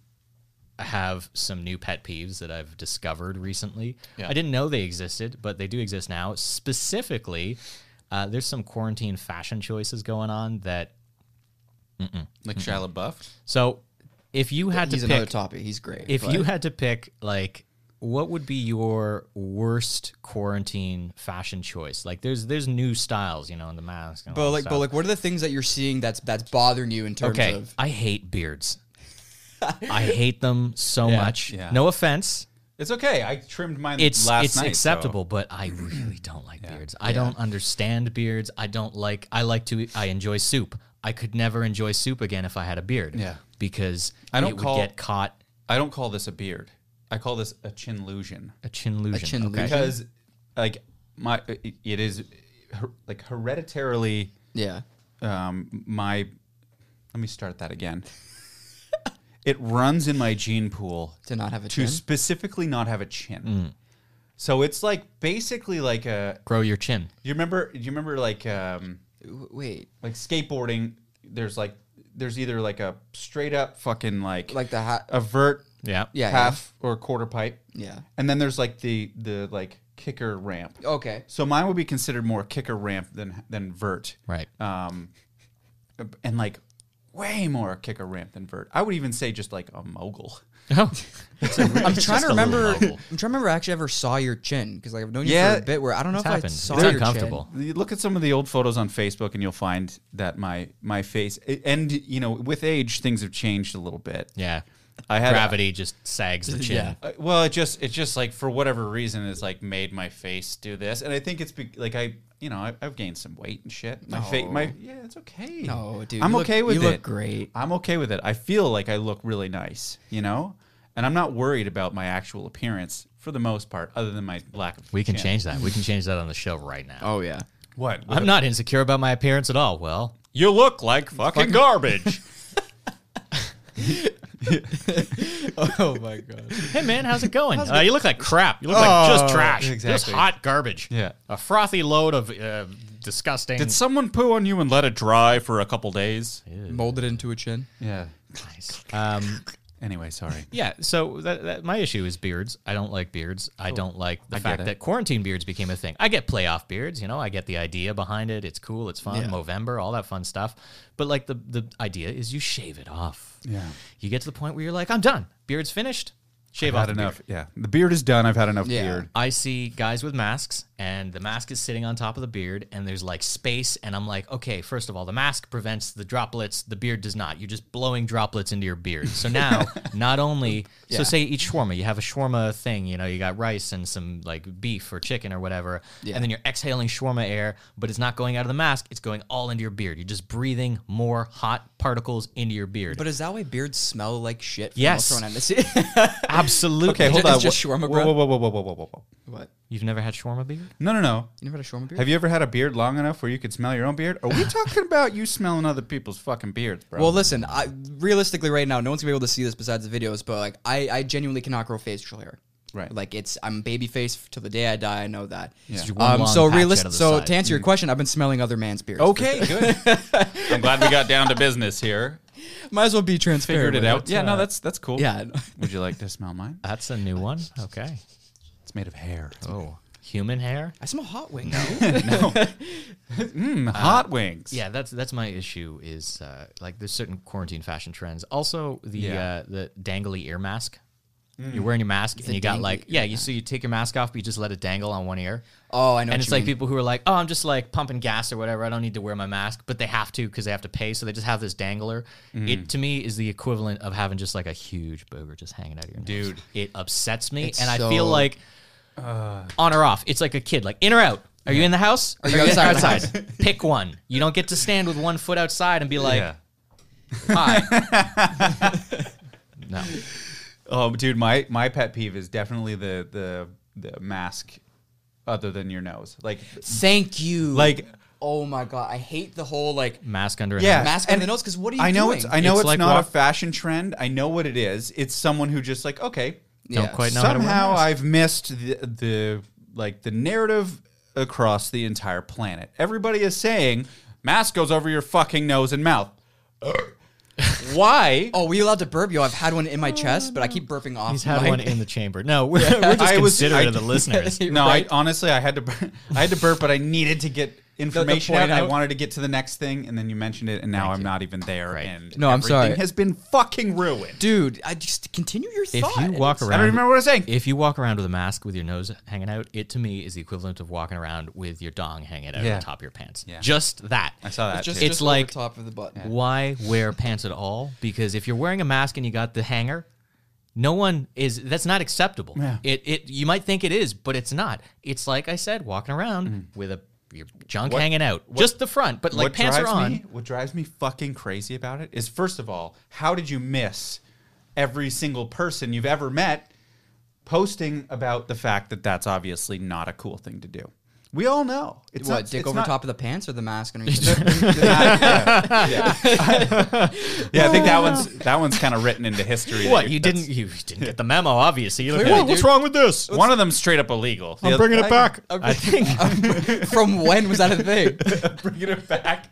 Speaker 3: have some new pet peeves that I've discovered recently. I didn't know they existed, but they do exist now. Specifically, uh, there's some quarantine fashion choices going on that.
Speaker 2: Like Shia LaBeouf.
Speaker 3: So, if you had
Speaker 4: He's
Speaker 3: to
Speaker 4: another
Speaker 3: pick,
Speaker 4: topic. He's great.
Speaker 3: if
Speaker 4: but-
Speaker 3: you had to pick, like, what would be your worst quarantine fashion choice? Like, there's there's new styles, you know, in the mask. And all
Speaker 4: but
Speaker 3: that
Speaker 4: like, but
Speaker 3: stuff.
Speaker 4: like, what are the things that you're seeing that's that's bothering you in terms
Speaker 3: Okay,
Speaker 4: of?
Speaker 3: I hate beards. I hate them so much.
Speaker 2: yeah.
Speaker 3: No offense.
Speaker 2: It's okay. I trimmed mine
Speaker 3: It's
Speaker 2: last
Speaker 3: it's
Speaker 2: night. so-
Speaker 3: acceptable, but I really don't like beards. I don't understand beards. I don't like I like to I enjoy soup. I could never enjoy soup again if I had a beard.
Speaker 2: Yeah.
Speaker 3: Because
Speaker 2: I don't
Speaker 3: it
Speaker 2: call-
Speaker 3: would get caught
Speaker 2: I don't call this a beard. I call this a chin illusion.
Speaker 3: a chin illusion.
Speaker 4: chin
Speaker 3: okay.
Speaker 4: illusion.
Speaker 2: because like my it- it is her- like hereditarily
Speaker 4: yeah,
Speaker 2: um my let me start that again it runs in my gene pool
Speaker 4: to not have a
Speaker 2: to
Speaker 4: chin. Mm.
Speaker 2: specifically not have a chin so it's like basically like a
Speaker 3: Grow your chin.
Speaker 2: you remember do you remember like um
Speaker 4: W- Wait,
Speaker 2: like skateboarding there's like there's either like a straight up fucking like
Speaker 4: like the hat.
Speaker 2: a vert
Speaker 3: Yeah.
Speaker 4: Yeah,
Speaker 2: half or quarter pipe
Speaker 4: Yeah.
Speaker 2: and then there's like the the like kicker ramp
Speaker 4: Okay.
Speaker 2: So mine would be considered more kicker ramp than than vert,
Speaker 3: Right.
Speaker 2: Um, and like way more kicker ramp than vert. I would even say just like a mogul.
Speaker 3: Oh.
Speaker 4: I'm trying
Speaker 3: just
Speaker 4: to
Speaker 3: a little
Speaker 4: remember. I'm
Speaker 3: mobile.
Speaker 4: trying to remember. I actually ever saw your chin because like I've known you
Speaker 2: Yeah.
Speaker 4: for a bit. Where I don't know
Speaker 3: It's
Speaker 4: if
Speaker 3: happened.
Speaker 4: I
Speaker 3: It's
Speaker 4: saw your
Speaker 3: uncomfortable.
Speaker 2: You look at some of the old photos on Facebook, and you'll find that my my face and you know with age things have changed a little bit.
Speaker 3: Yeah.
Speaker 2: I had
Speaker 3: Gravity just sags the chin.
Speaker 4: Yeah.
Speaker 2: Uh, well, it just it just like for whatever reason it's like made my face do this, and I think it's be- like I you know I, I've gained some weight and shit. My face, my yeah, it's okay.
Speaker 4: No, dude,
Speaker 2: I'm
Speaker 4: you look-
Speaker 2: okay with
Speaker 4: you
Speaker 2: it.
Speaker 4: look great.
Speaker 2: I'm okay with it. I feel like I look really nice, you know, and I'm not worried about my actual appearance for the most part, other than my lack of.
Speaker 3: We can
Speaker 2: chin.
Speaker 3: change that. We can change that on the show right now.
Speaker 4: Oh yeah.
Speaker 2: what?
Speaker 3: I'm not insecure about my appearance at all. Well,
Speaker 2: You look like fucking garbage.
Speaker 4: Oh my god.
Speaker 3: Hey man, how's it going? Uh, you look like crap. You look like just trash. Just
Speaker 2: Oh, exactly.
Speaker 3: hot garbage.
Speaker 2: Yeah.
Speaker 3: A frothy load of uh, disgusting.
Speaker 2: Did someone poo on you and let it dry for a couple days?
Speaker 4: Molded into a chin.
Speaker 2: Yeah.
Speaker 3: um,
Speaker 2: Anyway, sorry.
Speaker 3: yeah. So that, that my issue is beards. I don't like beards. I don't like the fact
Speaker 2: it.
Speaker 3: that quarantine beards became a thing. I get playoff beards. You know, I get the idea behind it. It's cool. It's fun.
Speaker 4: Yeah.
Speaker 3: Movember, all that fun stuff. But like the the idea is you shave it off.
Speaker 2: Yeah.
Speaker 3: You get to the point where you're like, I'm done. Beard's finished. Shave
Speaker 2: I've
Speaker 3: off
Speaker 2: had
Speaker 3: the beard.
Speaker 2: enough. Yeah, the beard is done. I've had enough
Speaker 4: Yeah.
Speaker 2: beard.
Speaker 3: I see guys with masks and the mask is sitting on top of the beard and there's like space and I'm like, okay, first of all, the mask prevents the droplets, the beard does not. You're just blowing droplets into your beard. So now, not only so say each shawarma, you have a shawarma thing, you know, you got rice and some like beef or chicken or whatever, and then you're exhaling shawarma air, but it's not going out of the mask, it's going all into your beard. You're just breathing more hot particles into your beard.
Speaker 4: But is that why beards smell like shit? From
Speaker 3: Yes.
Speaker 4: All thrown at us?
Speaker 3: absolutely.
Speaker 2: Okay, hold
Speaker 4: It's
Speaker 2: on.
Speaker 4: just
Speaker 2: Wha-
Speaker 4: shawarma
Speaker 2: whoa,
Speaker 4: bread.
Speaker 2: whoa, whoa, whoa, whoa, whoa, whoa, whoa.
Speaker 4: what?
Speaker 3: You've never had shawarma beard?
Speaker 2: No, no, no.
Speaker 4: You never had a shawarma beard?
Speaker 2: Have you ever had a beard long enough where you could smell your own beard? Are we talking about you smelling other people's fucking beards, bro?
Speaker 4: well, listen. I, realistically, right now, no one's gonna be able to see this besides the videos. But like, I, I genuinely cannot grow facial hair.
Speaker 2: Right.
Speaker 4: Like it's I'm babyface till the day I die. I know that.
Speaker 2: Yeah. Just
Speaker 3: one
Speaker 4: Um,
Speaker 3: long
Speaker 4: so
Speaker 3: patch out
Speaker 4: realistic.
Speaker 3: of the
Speaker 4: So
Speaker 3: side.
Speaker 4: to answer your question, I've been smelling other man's beers.
Speaker 2: Okay, good. I'm glad we got down to business here.
Speaker 4: Might as well be transparent.
Speaker 2: Figured it
Speaker 4: with
Speaker 2: out. Yeah, no, that's that's cool.
Speaker 4: Yeah.
Speaker 2: Would you like to smell mine?
Speaker 3: That's a new one. Okay.
Speaker 2: It's made of hair.
Speaker 3: Oh, human hair.
Speaker 4: I smell hot wings.
Speaker 2: Mm, hot wings.
Speaker 3: Yeah, that's that's my issue. Is uh, like there's certain quarantine fashion trends. Also the
Speaker 2: Yeah.
Speaker 3: uh, the dangly ear mask. You're wearing your mask and you got
Speaker 4: dangly
Speaker 3: like
Speaker 4: ear
Speaker 3: yeah. You so you take your mask off, but you just let it dangle on one ear.
Speaker 4: Oh, I know.
Speaker 3: and
Speaker 4: what
Speaker 3: it's
Speaker 4: you
Speaker 3: like
Speaker 4: mean.
Speaker 3: people who are like, oh, I'm just like pumping gas or whatever. I don't need to wear my mask, but they have to because they have to pay. So they just have this dangler.
Speaker 2: Mm-hmm.
Speaker 3: It to me is the equivalent of having just like a huge booger just hanging out of your nose.
Speaker 2: Dude.
Speaker 3: It upsets me,
Speaker 4: It's
Speaker 3: and I feel
Speaker 4: so-
Speaker 3: like on or off. It's like a kid, like in or out. Are you in the house? Or are
Speaker 4: you
Speaker 3: you outside?
Speaker 4: outside?
Speaker 3: outside? Pick one. You don't get to stand with one foot outside and be like,
Speaker 2: Yeah.
Speaker 3: hi. no.
Speaker 2: Oh, dude, my my pet peeve is definitely the the the mask other than your nose. Like
Speaker 4: Thank you.
Speaker 2: like Mm.
Speaker 4: oh my god, I hate the whole like
Speaker 3: Mask under.
Speaker 2: yeah,
Speaker 4: mask on
Speaker 2: and
Speaker 4: the nose because what are you
Speaker 2: I know
Speaker 4: doing?
Speaker 2: it's I know
Speaker 3: It's
Speaker 2: it's,
Speaker 3: like
Speaker 2: not
Speaker 3: walk-
Speaker 2: a fashion trend. I know what it is. It's someone who just like okay,
Speaker 4: Yeah.
Speaker 3: Don't quite know how to wear a
Speaker 2: somehow
Speaker 3: mask.
Speaker 2: I've missed the, the like the narrative across the entire planet. Everybody is saying mask goes over your fucking nose and mouth. Why? Oh,
Speaker 4: Oh, were you allowed to burp? Yo, I've had one in my chest, but I keep burping off.
Speaker 3: He's had
Speaker 4: my-
Speaker 3: one in the chamber. No, we're, we're just
Speaker 2: I was-
Speaker 3: considerate
Speaker 2: I-
Speaker 3: of the listeners.
Speaker 2: No,
Speaker 4: right?
Speaker 2: I honestly I had to bur- I had to burp, but I needed to get information
Speaker 4: point
Speaker 2: out. I
Speaker 4: out?
Speaker 2: wanted to get to the next thing, and then you mentioned it, and now I'm not even there.
Speaker 3: Right.
Speaker 2: And
Speaker 4: No, I'm
Speaker 2: everything
Speaker 4: sorry.
Speaker 2: has been fucking ruined.
Speaker 4: Dude, I just continue your
Speaker 3: If
Speaker 4: thought.
Speaker 3: you walk
Speaker 4: It's-
Speaker 3: around,
Speaker 2: I don't remember what I was saying.
Speaker 3: If you walk around with a mask with your nose hanging out, it to me is the equivalent of walking around with your dong hanging out
Speaker 2: Yeah.
Speaker 3: on top of your pants.
Speaker 2: Yeah.
Speaker 3: Just that.
Speaker 2: I saw that.
Speaker 4: just,
Speaker 2: too.
Speaker 3: it's
Speaker 4: just over
Speaker 3: like-
Speaker 4: top of the butt.
Speaker 3: Why wear pants at all? Because if you're wearing a mask and you got the hanger, no one is. That's not acceptable.
Speaker 2: Yeah.
Speaker 3: It it you might think it is, but it's not. It's like I said, walking around with a your junk hanging out, just the front, but like
Speaker 2: what
Speaker 3: pants are
Speaker 2: drives
Speaker 3: on.
Speaker 2: Me, what drives me fucking crazy about it is first of all, how did you miss every single person you've ever met posting about the fact that that's obviously not a cool thing to do? We all know. It's
Speaker 4: what,
Speaker 2: not-
Speaker 4: dick
Speaker 2: it's
Speaker 4: over
Speaker 2: not-
Speaker 4: top of the pants or the mask underneath the
Speaker 2: Yeah, I think that one's that one's kind of written into history.
Speaker 3: What
Speaker 2: They-
Speaker 3: you
Speaker 2: that's-
Speaker 3: didn't you didn't get the memo? Obviously, you look
Speaker 4: Clearly,
Speaker 3: like, what's
Speaker 4: dude.
Speaker 3: wrong with this?
Speaker 2: One of them's straight up illegal. The
Speaker 3: I'm
Speaker 2: other-
Speaker 3: bringing it back. I think
Speaker 4: From when was that a thing?
Speaker 2: bringing it back.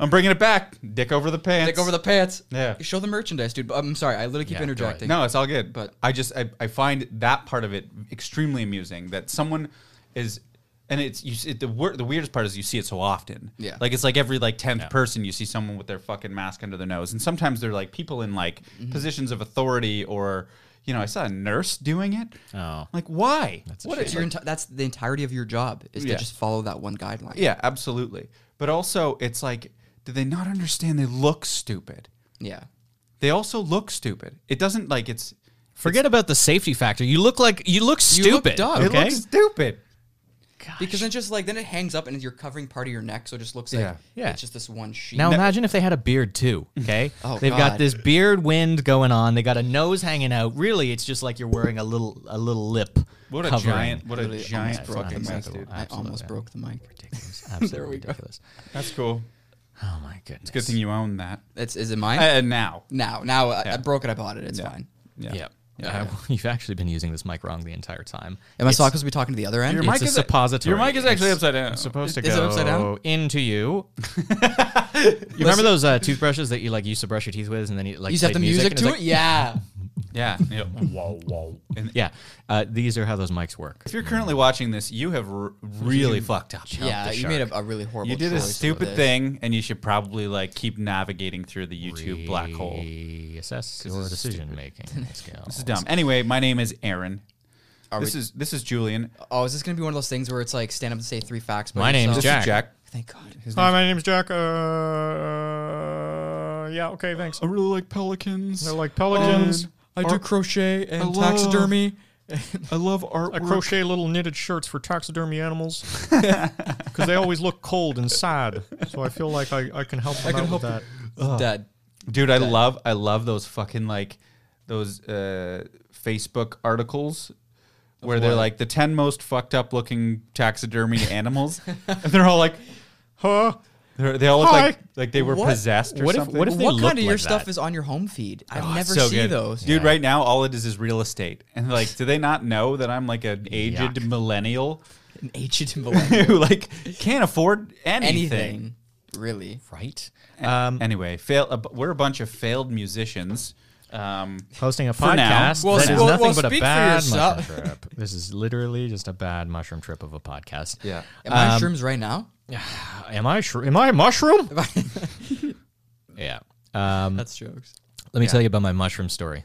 Speaker 2: I'm bringing it back. Dick over the pants.
Speaker 4: Dick over the pants.
Speaker 2: Yeah.
Speaker 4: Show the merchandise, dude. But I'm sorry, I literally keep
Speaker 3: Yeah, go
Speaker 4: interjecting.
Speaker 2: No, it's all good.
Speaker 4: But-
Speaker 2: But I just I, I find that part of it extremely amusing that someone is and it's you see- it, the wor- the weirdest part is you see it so often.
Speaker 4: Yeah.
Speaker 2: Like it's like every like 10th person you see someone with their fucking mask under their nose and sometimes they're like people in like
Speaker 4: Mm-hmm.
Speaker 2: positions of authority or you know, I saw a nurse doing it.
Speaker 3: Oh.
Speaker 2: Like why?
Speaker 3: That's a
Speaker 2: What
Speaker 3: shame.
Speaker 2: is-
Speaker 4: It's your enti- that's the entirety of your job is
Speaker 2: Yeah.
Speaker 4: to just follow that one guideline.
Speaker 2: Yeah, absolutely. But also it's like do they not understand they look stupid?
Speaker 4: Yeah.
Speaker 2: They also look stupid. It doesn't like it's
Speaker 3: Forget about the safety factor. You look like you look stupid.
Speaker 4: dumb.
Speaker 2: it
Speaker 3: Okay.
Speaker 2: looks stupid.
Speaker 4: Because then just like then it hangs up and you're covering part of your neck, so it just looks like
Speaker 2: Yeah.
Speaker 3: Yeah.
Speaker 4: it's just this one sheet.
Speaker 3: now imagine if they had a beard too. Okay.
Speaker 4: Oh,
Speaker 3: They've got
Speaker 4: God.
Speaker 3: this beard wind going on. They got a nose hanging out. Really, it's just like you're wearing a little a little lip.
Speaker 2: What a
Speaker 3: covering.
Speaker 2: giant! What a
Speaker 4: Literally
Speaker 2: giant
Speaker 4: almost broke
Speaker 2: fucking
Speaker 4: the mic,
Speaker 2: mess,
Speaker 4: dude.
Speaker 2: dude.
Speaker 4: I almost
Speaker 3: Absolutely.
Speaker 4: broke the mic.
Speaker 3: Ridiculous. Absolutely
Speaker 4: go.
Speaker 3: ridiculous.
Speaker 2: That's cool.
Speaker 3: Oh my goodness.
Speaker 2: Good thing you own that.
Speaker 4: It's is it mine?
Speaker 2: Uh, now,
Speaker 4: now, now I, I
Speaker 2: Yeah.
Speaker 4: broke it. I bought it. It's fine.
Speaker 2: yeah.
Speaker 3: Yeah. Uh, you've actually been using this mic wrong the entire time.
Speaker 4: Am I
Speaker 3: It's-
Speaker 4: supposed to be talking to the other end?
Speaker 2: Your
Speaker 3: It's
Speaker 2: mic
Speaker 3: a
Speaker 2: is
Speaker 3: suppository.
Speaker 2: Your mic is actually
Speaker 3: It's
Speaker 2: upside down.
Speaker 3: supposed to
Speaker 4: Is it
Speaker 3: go
Speaker 4: upside down?
Speaker 3: into you. you remember those uh, toothbrushes that you like used to brush your teeth with, and then you like
Speaker 4: you set
Speaker 3: played
Speaker 4: the music
Speaker 3: and it's
Speaker 4: to
Speaker 3: like-
Speaker 4: it. Yeah.
Speaker 2: yeah. yeah. whoa, whoa. And
Speaker 3: Yeah, uh, these are how those mics work.
Speaker 2: if you're currently watching this, you have r- really fucked up.
Speaker 4: yeah.
Speaker 3: the
Speaker 4: You made a, a really horrible.
Speaker 2: You did a
Speaker 4: choice with
Speaker 2: stupid
Speaker 4: this.
Speaker 2: thing, and you should probably like keep navigating through the YouTube black hole.
Speaker 3: Assess your decision making skills.
Speaker 2: This is dumb. Anyway, my name is Aaron. this
Speaker 4: we-
Speaker 2: is this is Julian.
Speaker 4: Oh, is this gonna be one of those things where it's like stand up and say three facts? But
Speaker 3: My name's
Speaker 4: yourself?
Speaker 2: This
Speaker 3: Jack.
Speaker 2: is Jack.
Speaker 4: Thank God.
Speaker 3: Hi, my name's Jack. Uh, yeah, okay, thanks.
Speaker 2: I really like pelicans.
Speaker 3: like
Speaker 4: I do crochet and
Speaker 2: love-
Speaker 4: taxidermy.
Speaker 2: I love artwork.
Speaker 3: little knitted shirts for taxidermy animals because they always look cold and sad. So I feel like I, I can help them out with that.
Speaker 4: Dead.
Speaker 2: Dude, I love I love those fucking like those uh, Facebook articles where they're
Speaker 4: what?
Speaker 2: like the ten most fucked up looking taxidermy animals, and they're all like, huh. They're- They all look
Speaker 3: Hi.
Speaker 2: like like they were
Speaker 4: What-
Speaker 2: possessed or
Speaker 3: what if-
Speaker 2: something.
Speaker 3: what if they
Speaker 4: what
Speaker 3: look
Speaker 4: kind of your
Speaker 3: like
Speaker 4: stuff
Speaker 3: that?
Speaker 4: is on your home feed? I
Speaker 2: Oh, it's
Speaker 4: never
Speaker 2: so
Speaker 4: see
Speaker 2: good.
Speaker 4: those.
Speaker 2: dude.
Speaker 3: Yeah.
Speaker 2: Right now, all it is is real estate, and like, do they not know that I'm like an aged
Speaker 3: Yuck.
Speaker 2: millennial
Speaker 4: An ancient millennial.
Speaker 2: who like can't afford anything?
Speaker 4: Anything. Really.
Speaker 3: right?
Speaker 2: Um, anyway, fail. A, bu- we're a bunch of failed musicians. Um,
Speaker 3: Hosting a
Speaker 2: For now.
Speaker 3: podcast
Speaker 2: Well,
Speaker 3: that is
Speaker 4: well,
Speaker 3: nothing
Speaker 4: well,
Speaker 3: but a
Speaker 4: speak for
Speaker 3: bad
Speaker 4: yourself.
Speaker 3: mushroom trip. This is literally just a bad mushroom trip of a podcast.
Speaker 2: yeah. Um,
Speaker 4: Am I shrooms right now?
Speaker 3: Am I? Shro- am I a mushroom?
Speaker 2: um,
Speaker 3: yeah. Um,
Speaker 4: That's jokes.
Speaker 3: let me tell you about my mushroom story.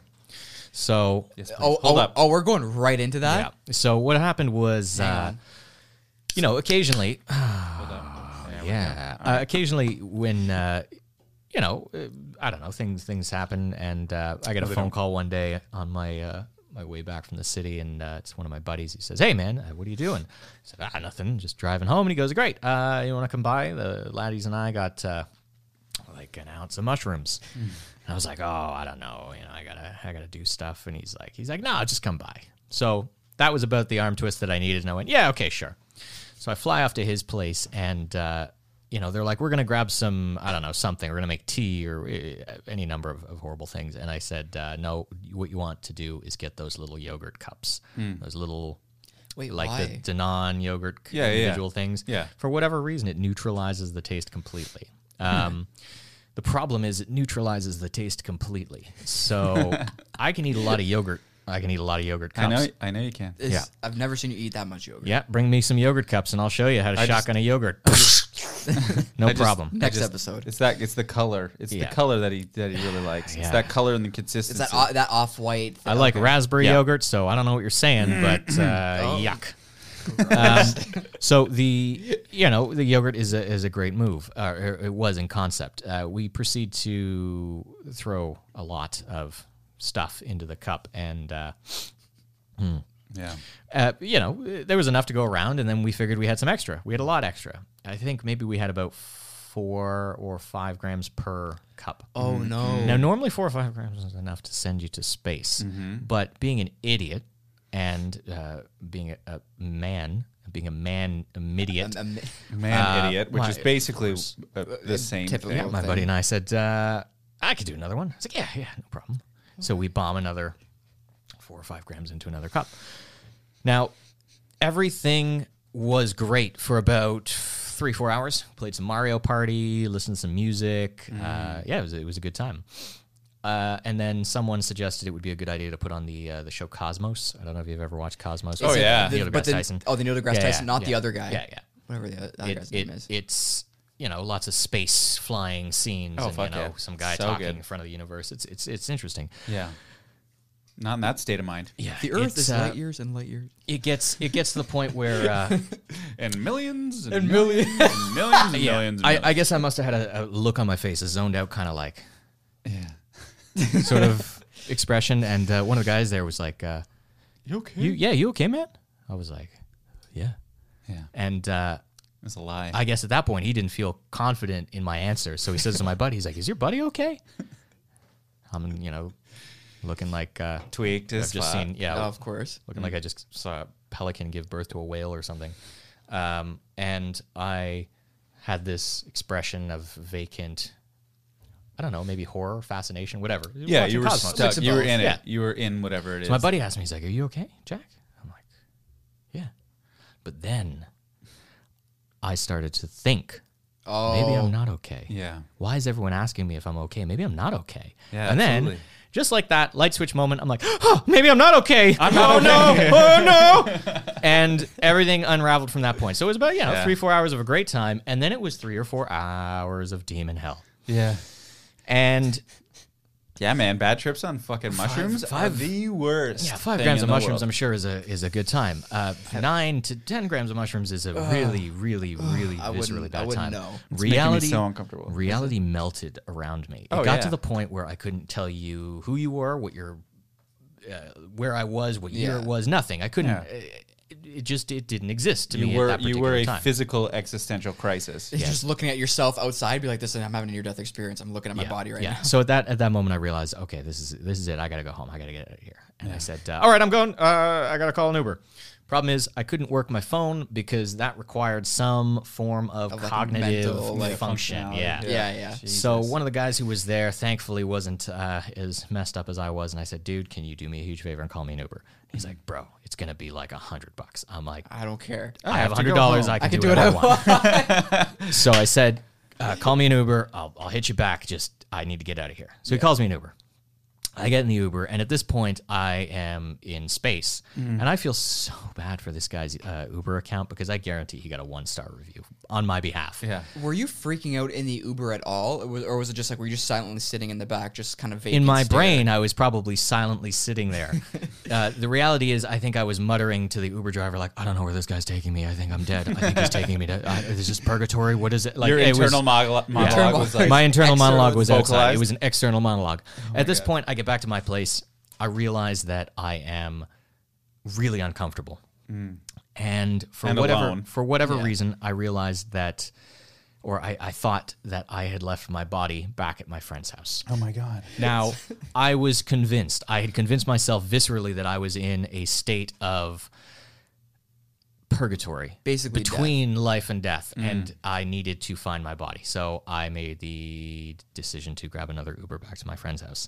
Speaker 3: So
Speaker 4: Oh,
Speaker 2: Hold
Speaker 4: oh,
Speaker 2: up.
Speaker 4: oh, we're going right into
Speaker 3: yeah.
Speaker 4: that.
Speaker 3: So what happened was, uh,
Speaker 4: on.
Speaker 3: you know, occasionally, yeah, uh, occasionally when. Uh, you know, uh, I don't know. Things things happen, and uh, I get a phone call one day on my uh, my way back from the city, and uh, it's one of my buddies. He says, "Hey, man, uh, what are you doing?" I said, "Ah, nothing. Just driving home." And he goes, "Great. Uh, you want to come by? The laddies and I got uh, like an ounce of mushrooms." And I was like, "Oh, I don't know. You know, I gotta I gotta do stuff." And he's like, "He's like, no, just come by." So that was about the arm twist that I needed, and I went, "Yeah, okay, sure." So I fly off to his place, and uh, you know they're like, "We're gonna grab some, I don't know, something. We're gonna make tea or uh, any number of, of horrible things." And I said, uh, "No, what you want to do is get those little yogurt cups, those little."
Speaker 4: Wait,
Speaker 3: like
Speaker 4: why?
Speaker 3: the Danone yogurt c-
Speaker 2: Yeah, yeah, yeah.
Speaker 3: individual things.
Speaker 2: Yeah.
Speaker 3: For whatever reason, it neutralizes the taste completely. Um, the problem is it neutralizes the taste completely. So I can eat a lot of yogurt. I can eat a lot of yogurt
Speaker 2: I
Speaker 3: cups.
Speaker 2: know. I know you can.
Speaker 4: It's-
Speaker 3: Yeah.
Speaker 4: I've never seen you eat that much yogurt.
Speaker 3: Yeah, bring me some yogurt cups and I'll show you how to
Speaker 2: I just-
Speaker 3: shotgun a yogurt. no
Speaker 2: I just-
Speaker 3: problem.
Speaker 2: I
Speaker 4: Next episode.
Speaker 2: It's that. It's the color. It's
Speaker 3: Yeah.
Speaker 2: the color that he that he really likes. It's
Speaker 3: Yeah.
Speaker 2: that color and the
Speaker 4: It's
Speaker 2: consistency.
Speaker 4: that o- that off white.
Speaker 3: I like raspberry
Speaker 2: Yeah.
Speaker 3: yogurt, so I don't know what you're saying, but uh, yuck. um, so the you know the yogurt is a is a great move. Uh, or it was in concept. Uh, we proceed to throw a lot of stuff into the cup, and uh,
Speaker 2: yeah.
Speaker 3: uh, you know there was enough to go around, and then we figured we had some extra. We had a lot extra. I think maybe we had about four or five grams per cup.
Speaker 4: Oh no.
Speaker 3: Now, normally four or five grams is enough to send you to space, but being an idiot and uh, being a, a man, being a man, a idiot,
Speaker 4: Um,
Speaker 2: Man,
Speaker 3: Uh,
Speaker 2: idiot, which
Speaker 3: my-
Speaker 2: is basically uh, the same
Speaker 4: typical.
Speaker 2: thing.
Speaker 4: Yeah.
Speaker 3: my buddy and I said, uh, I could do another one. I was like, yeah, yeah, no problem. So we bomb another four or five grams into another cup. Now, everything was great for about three, four hours. Played some Mario Party, listened to some music. Uh, yeah, it was, it was a good time. Uh, and then someone suggested it would be a good idea to put on the uh, the show Cosmos. I don't know if you've ever watched Cosmos.
Speaker 2: Oh,
Speaker 4: is it
Speaker 2: yeah.
Speaker 4: the-
Speaker 3: Neil
Speaker 4: but
Speaker 3: deGrasse
Speaker 4: the,
Speaker 3: Tyson.
Speaker 4: Oh, the Neil deGrasse
Speaker 3: Yeah,
Speaker 4: Tyson,
Speaker 3: yeah,
Speaker 4: not the
Speaker 3: yeah.
Speaker 4: other guy.
Speaker 3: Yeah, yeah.
Speaker 4: Whatever the other
Speaker 3: It-
Speaker 4: guy's
Speaker 3: it-
Speaker 4: name is.
Speaker 3: It's you know lots of space flying scenes and
Speaker 2: fuck
Speaker 3: you know
Speaker 2: yeah.
Speaker 3: some guy
Speaker 2: So
Speaker 3: talking
Speaker 2: good.
Speaker 3: in front of the universe. It's it's it's interesting.
Speaker 2: Yeah. Not in that state of mind.
Speaker 3: Yeah,
Speaker 4: the Earth is
Speaker 3: uh,
Speaker 4: light years and light years.
Speaker 3: it gets it gets to the point where uh,
Speaker 2: And millions and,
Speaker 4: And
Speaker 2: millions
Speaker 4: million.
Speaker 2: and millions and
Speaker 3: yeah,
Speaker 2: millions. And
Speaker 3: I,
Speaker 2: millions.
Speaker 3: I guess I must have had a, a look on my face, a zoned out kind of like sort of expression. And uh, one of the guys there was like, uh,
Speaker 2: You okay?
Speaker 3: "You yeah, you okay, man?" I was like, "Yeah,"
Speaker 2: yeah.
Speaker 3: and. Uh,
Speaker 2: It's a lie.
Speaker 3: I guess at that point he didn't feel confident in my answer, so he says to my buddy, "He's like, is your buddy okay?" I'm, you know, looking like uh,
Speaker 2: tweaked
Speaker 3: I've just seen, yeah,
Speaker 4: of course.
Speaker 3: looking
Speaker 2: Mm.
Speaker 3: like I just saw a pelican give birth to a whale or something, um, and I had this expression of vacant, I don't know, maybe horror, fascination, whatever.
Speaker 2: Yeah,
Speaker 3: Watching
Speaker 2: you were
Speaker 3: Cosmos.
Speaker 2: stuck. You were in it.
Speaker 3: Yeah.
Speaker 2: You were in whatever it is.
Speaker 3: So my buddy asked me, he's like, "Are you okay, Jack?" I'm like, "Yeah," but then I started to think
Speaker 4: Oh,
Speaker 3: maybe I'm not okay.
Speaker 2: Yeah.
Speaker 3: Why is everyone asking me if I'm okay? Maybe I'm not okay.
Speaker 2: Yeah,
Speaker 3: and then
Speaker 2: absolutely.
Speaker 3: just like that light switch moment, I'm like, oh, maybe I'm not okay. I'm
Speaker 2: not
Speaker 3: oh no, oh no. and everything unraveled from that point. So it was about, you know,
Speaker 2: Yeah.
Speaker 3: three, four hours of a great time. And then it was three or four hours of demon hell.
Speaker 2: Yeah.
Speaker 3: And
Speaker 2: Yeah, man. Bad trips on fucking mushrooms are the worst.
Speaker 3: yeah, five
Speaker 2: thing
Speaker 3: grams
Speaker 2: in
Speaker 3: of
Speaker 2: the
Speaker 3: mushrooms,
Speaker 2: world.
Speaker 3: I'm sure, is a is a good time. Uh, nine to ten grams of mushrooms is a really, really, really
Speaker 4: I wouldn't-
Speaker 3: viscerally
Speaker 4: I
Speaker 3: bad
Speaker 4: wouldn't
Speaker 3: time.
Speaker 4: know.
Speaker 2: making me
Speaker 3: reality
Speaker 2: so uncomfortable.
Speaker 3: Reality melted around me. It
Speaker 2: Oh,
Speaker 3: got
Speaker 2: yeah.
Speaker 3: to the point where I couldn't tell you who you were, what your, uh, where I was, what year
Speaker 4: Yeah.
Speaker 3: it was. Nothing. I couldn't.
Speaker 2: Yeah.
Speaker 3: uh, It, it just it didn't exist to
Speaker 2: You
Speaker 3: me. at
Speaker 2: were
Speaker 3: that
Speaker 2: you were
Speaker 3: particular
Speaker 2: a
Speaker 3: time.
Speaker 2: physical existential crisis.
Speaker 4: It's just looking at yourself outside, be like, "This, I'm having a near-death experience. I'm looking at my body right
Speaker 3: yeah.
Speaker 4: now."
Speaker 3: So at that at that moment, I realized, okay, this is this is it. I gotta go home. I gotta get out of here. And I said, uh, all right, I'm going. Uh, I gotta call an Uber. Problem is, I couldn't work my phone because that required some form of,
Speaker 4: Of, like,
Speaker 3: cognitive
Speaker 4: mental, like,
Speaker 3: function.
Speaker 2: functionality.
Speaker 3: Yeah.
Speaker 2: Yeah.
Speaker 4: Yeah, yeah.
Speaker 3: So
Speaker 2: Jesus.
Speaker 3: one of the guys who was there, thankfully, wasn't uh, as messed up as I was, and I said, "Dude, can you do me a huge favor and call me an Uber?" He's like, "Bro, it's gonna be like a hundred bucks." I'm like,
Speaker 4: I don't care.
Speaker 3: "I have a
Speaker 2: to go
Speaker 3: hundred dollars.
Speaker 2: home.
Speaker 3: I can do what I want." so I said, uh, "Call me an Uber. I'll, I'll hit you back. Just I need to get out of here." So he calls me an Uber. I get in the Uber, and at this point, I am in space,
Speaker 2: Mm-hmm.
Speaker 3: and I feel so bad for this guy's uh, Uber account because I guarantee he got a one star review on my behalf.
Speaker 2: Yeah.
Speaker 4: Were you freaking out in the Uber at all, or was, or was it just like were you just silently sitting in the back, just kind of vacant
Speaker 3: in my
Speaker 4: stare?
Speaker 3: brain, I was probably silently sitting there. uh, the reality is, I think I was muttering to the Uber driver, like, "I don't know where this guy's taking me. I think I'm dead. I think he's taking me to. Uh, is this purgatory? What is it?" Like
Speaker 2: Your
Speaker 3: it
Speaker 2: internal
Speaker 3: was,
Speaker 2: monologue, monologue
Speaker 4: Internal-
Speaker 2: was like,
Speaker 3: my internal
Speaker 4: external-
Speaker 3: monologue was outside.
Speaker 2: vocalized? Oh
Speaker 3: It was an external monologue. At this point, I get back to my place. I realize that I am really uncomfortable, and for
Speaker 2: Mm. And
Speaker 3: whatever
Speaker 2: alone.
Speaker 3: for whatever reason, I realized that, or I, I thought that I had left my body back at my friend's house.
Speaker 2: oh my god.
Speaker 3: Now, I was convinced. I had convinced myself viscerally that I was in a state of purgatory,
Speaker 4: Basically death. Mm-hmm.
Speaker 3: between life and death, and I needed to find my body. So I made the decision to grab another Uber back to my friend's house.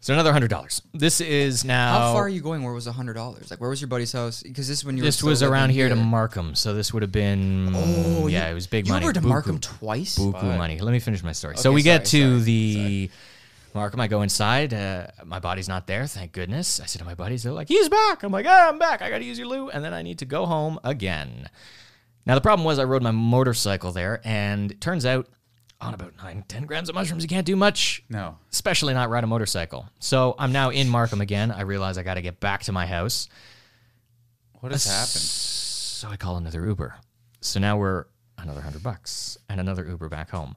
Speaker 3: So another hundred dollars. This is now.
Speaker 4: How far are you going? Where was hundred dollars? Like where was your buddy's house? Because this is when you
Speaker 3: This
Speaker 4: were still
Speaker 3: was around
Speaker 4: living
Speaker 3: here to Markham, so this would have been.
Speaker 4: Oh,
Speaker 3: yeah,
Speaker 4: you-
Speaker 3: it was big
Speaker 4: you
Speaker 3: money.
Speaker 4: were to
Speaker 3: Buku.
Speaker 4: Markham twice.
Speaker 3: Buku money. Let me finish my story. so
Speaker 4: Okay,
Speaker 3: we get
Speaker 4: sorry,
Speaker 3: to
Speaker 4: sorry,
Speaker 3: the Markham. I go inside. Uh, my body's not there, thank goodness. I said to my buddies, they're like, he's back. I'm like, yeah, I'm back. I got to use your loo. And then I need to go home again. Now, the problem was I rode my motorcycle there, and it turns out on about nine, 10 grams of mushrooms, you can't do much.
Speaker 2: No.
Speaker 3: Especially not ride a motorcycle. So I'm now in Markham again. I realize I got to get back to my house.
Speaker 2: What has happened?
Speaker 3: So I call another Uber. So now we're another hundred bucks and another Uber back home.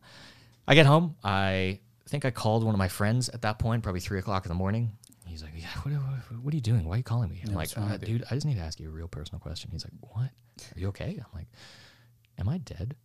Speaker 3: I get home. I think I called one of my friends at that point, probably three o'clock in the morning. He's like, "Yeah, what, what, what are you doing? Why are you calling me?" I'm like,
Speaker 2: wrong
Speaker 3: "Uh,
Speaker 2: with
Speaker 3: "Dude, I just need to ask you a real personal question." He's like, "What? Are you okay?" I'm like, "Am I dead?"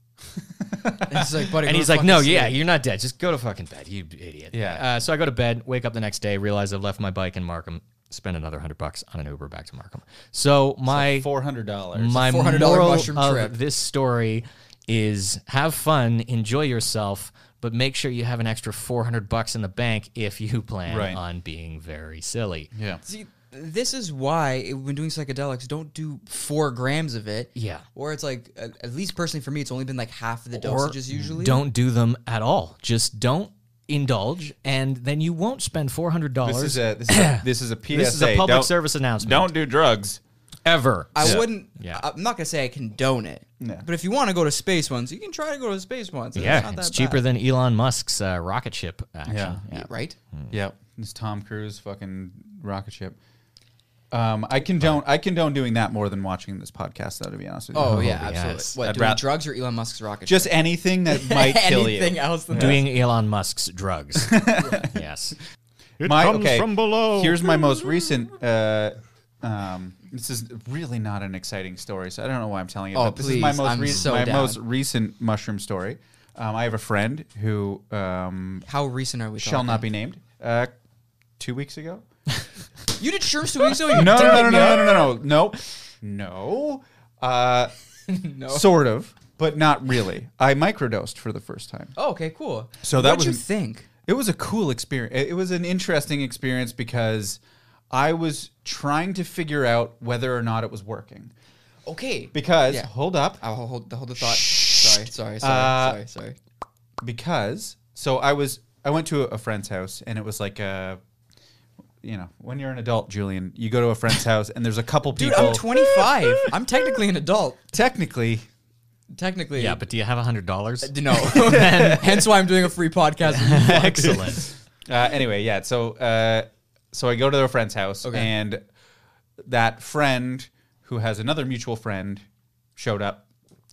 Speaker 4: And he's like, buddy,
Speaker 3: and
Speaker 4: go
Speaker 3: he's
Speaker 4: to
Speaker 3: like,
Speaker 4: fucking
Speaker 3: "No,
Speaker 4: sleep."
Speaker 3: yeah, you're not dead. Just go to fucking bed, you idiot."
Speaker 2: Yeah.
Speaker 3: Uh, so I go to bed, wake up the next day, realize I've left my bike in Markham, spend another hundred bucks on an Uber back to Markham. So my
Speaker 2: Four hundred dollars.
Speaker 3: my
Speaker 4: $400
Speaker 3: moral
Speaker 4: mushroom
Speaker 3: of
Speaker 4: trip.
Speaker 3: this story is have fun, enjoy yourself, but make sure you have an extra 400 bucks in the bank if you plan
Speaker 2: Right.
Speaker 3: on being very silly.
Speaker 2: Yeah.
Speaker 4: See, this is why it- when doing psychedelics, don't do four grams of it.
Speaker 3: Yeah.
Speaker 4: Or it's like, at at least personally for me, it's only been like half of the
Speaker 3: Or
Speaker 4: dosages usually.
Speaker 3: don't do them at all. Just don't indulge and then you won't spend $400
Speaker 2: This is a this is a, this is a PSA.
Speaker 3: This is a public
Speaker 2: Don't-
Speaker 3: service announcement.
Speaker 2: Don't do drugs.
Speaker 3: ever.
Speaker 4: I
Speaker 2: Yeah.
Speaker 4: wouldn't.
Speaker 3: Yeah.
Speaker 4: I- I'm not gonna say I condone it.
Speaker 2: No.
Speaker 4: But if you want to go to space once, you can try to go to space once. It's
Speaker 3: yeah,
Speaker 4: not
Speaker 3: it's
Speaker 4: that
Speaker 3: cheaper
Speaker 4: bad.
Speaker 3: than Elon Musk's uh, rocket ship action.
Speaker 2: Yeah.
Speaker 3: Yeah. Mm-hmm.
Speaker 4: right.
Speaker 2: Yeah, It's Tom Cruise fucking rocket ship. Um, I condone I condone doing that more than watching this podcast though, to be honest with you.
Speaker 4: Oh, yeah,
Speaker 3: yes.
Speaker 4: absolutely. What
Speaker 2: I'd
Speaker 4: doing
Speaker 2: rath-
Speaker 4: drugs or Elon Musk's rocket?
Speaker 2: Just
Speaker 4: ship?
Speaker 2: anything that might kill you.
Speaker 4: anything else than
Speaker 3: Doing Elon Musk's drugs. yes.
Speaker 2: my, okay, Here's my most recent. Uh, um, this is really not an exciting story, so I don't know why I'm telling you.
Speaker 4: Oh,
Speaker 2: but This is my
Speaker 4: please,
Speaker 2: most
Speaker 4: I'm
Speaker 2: re-
Speaker 4: so
Speaker 2: my
Speaker 4: down.
Speaker 2: most recent mushroom story. Um, I have a friend who um,
Speaker 4: that. How recent are we?
Speaker 2: shall
Speaker 4: talking?
Speaker 2: not be named. Uh, two weeks ago.
Speaker 4: You did shrooms two weeks ago. You
Speaker 2: No, no, no, no,
Speaker 4: dick.
Speaker 2: no, no, no, no, no, no. Uh,
Speaker 4: No.
Speaker 2: Sort of, but not really. I microdosed for the first time.
Speaker 4: Oh, okay, cool.
Speaker 2: So that was
Speaker 4: What'd you
Speaker 2: an-
Speaker 4: think?
Speaker 2: It was a cool experience. It it was an interesting experience because I was trying to figure out whether or not it was working.
Speaker 4: Okay.
Speaker 2: Because
Speaker 4: Yeah.
Speaker 2: hold up,
Speaker 4: I'll hold the hold the thought. Sorry, sorry,
Speaker 2: Uh,
Speaker 4: sorry, sorry, sorry.
Speaker 2: because so I was I went to a- a friend's house and it was like a you know, when you're an adult, Julian, you go to a friend's house and there's a couple
Speaker 4: Dude,
Speaker 2: people
Speaker 4: I'm 25. I'm technically an adult.
Speaker 2: technically
Speaker 4: Technically.
Speaker 3: Yeah, but do you have $100?
Speaker 4: D- no. Hence why I'm doing a free podcast. with you.
Speaker 3: Excellent.
Speaker 2: uh, anyway, yeah. So, uh, so I go to a friend's house,
Speaker 4: Okay.
Speaker 2: and that friend who has another mutual friend showed up,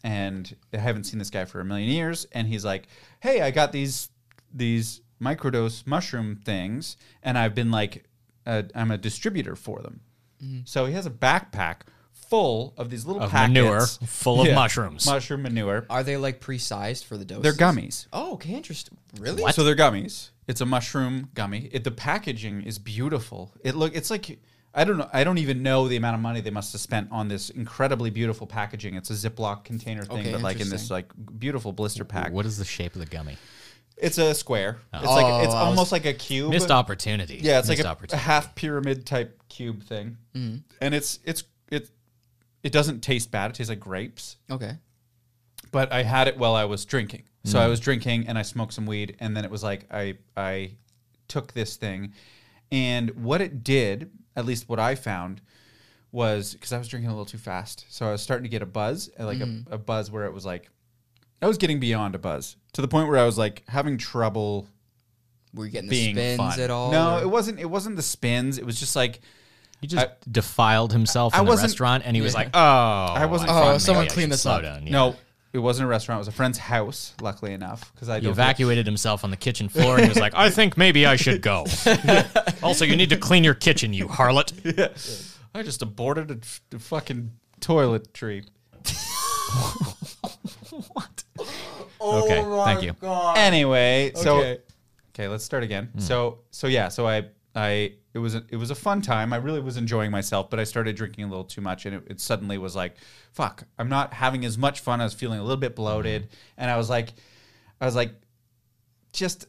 Speaker 2: and I haven't seen this guy for a million years, and he's like, "Hey, I got these these microdose mushroom things, and I've been like, uh, I'm a distributor for them."
Speaker 4: Mm-hmm.
Speaker 2: So he has a backpack full of these little
Speaker 3: Of
Speaker 2: packets,
Speaker 3: manure full of mushrooms.
Speaker 2: mushroom manure.
Speaker 4: Are they like pre-sized for the dose?
Speaker 2: They're gummies.
Speaker 4: Oh, okay, interesting. Really?
Speaker 2: So they're gummies. It's a mushroom gummy. It, the packaging is beautiful. It look. It's like I don't know. I don't even know the amount of money they must have spent on this incredibly beautiful packaging. It's a Ziploc container thing,
Speaker 4: Okay,
Speaker 2: but like in this
Speaker 4: interesting.
Speaker 2: like beautiful blister pack.
Speaker 3: What is the shape of the gummy?
Speaker 2: It's a square. It's like it's
Speaker 4: Oh, I was-
Speaker 2: almost like a cube.
Speaker 3: Missed opportunity.
Speaker 2: Yeah, it's
Speaker 3: Missed
Speaker 2: like a, a
Speaker 3: opportunity.
Speaker 2: half pyramid type cube thing,
Speaker 4: Mm.
Speaker 2: and it's it's it it doesn't taste bad. It tastes like grapes,
Speaker 4: Okay.
Speaker 2: but I had it while I was drinking. So I was drinking and I smoked some weed, and then it was like I I took this thing, and what it did, at least what I found, was because I was drinking a little too fast, so I was starting to get a buzz, uh, like a, a buzz where it was like I was getting beyond a buzz to the point where I was like having trouble
Speaker 4: Were you getting
Speaker 2: being
Speaker 4: the spins
Speaker 2: fun.
Speaker 4: at all?
Speaker 2: No,
Speaker 4: or-
Speaker 2: it wasn't. It wasn't the spins. It was just like
Speaker 3: He just
Speaker 2: I-
Speaker 3: defiled himself
Speaker 2: I
Speaker 3: in the
Speaker 2: wasn't-
Speaker 3: restaurant, and he was like, "Oh, I
Speaker 2: wasn't-
Speaker 3: thought
Speaker 2: Oh,
Speaker 3: maybe
Speaker 4: someone
Speaker 3: I
Speaker 4: clean
Speaker 3: should
Speaker 4: this
Speaker 3: slow
Speaker 4: up."
Speaker 3: down." Yeah.
Speaker 2: no, it wasn't a restaurant. It was a friend's house. Luckily enough, because I
Speaker 3: He
Speaker 2: don't
Speaker 3: evacuated himself on the kitchen floor and he was like, I think maybe I should go. also, you need to clean your kitchen, you harlot.
Speaker 2: I just aborted a, f- a fucking toilet tree. Oh
Speaker 3: okay, thank you.
Speaker 2: Anyway, so
Speaker 4: Okay.
Speaker 2: okay, let's start again. So so yeah, so I I it was a, it was a fun time. I really was enjoying myself, but I started drinking a little too much, and it, it suddenly was like, fuck, I'm not having as much fun. I was feeling a little bit bloated, and I was like, I was like, just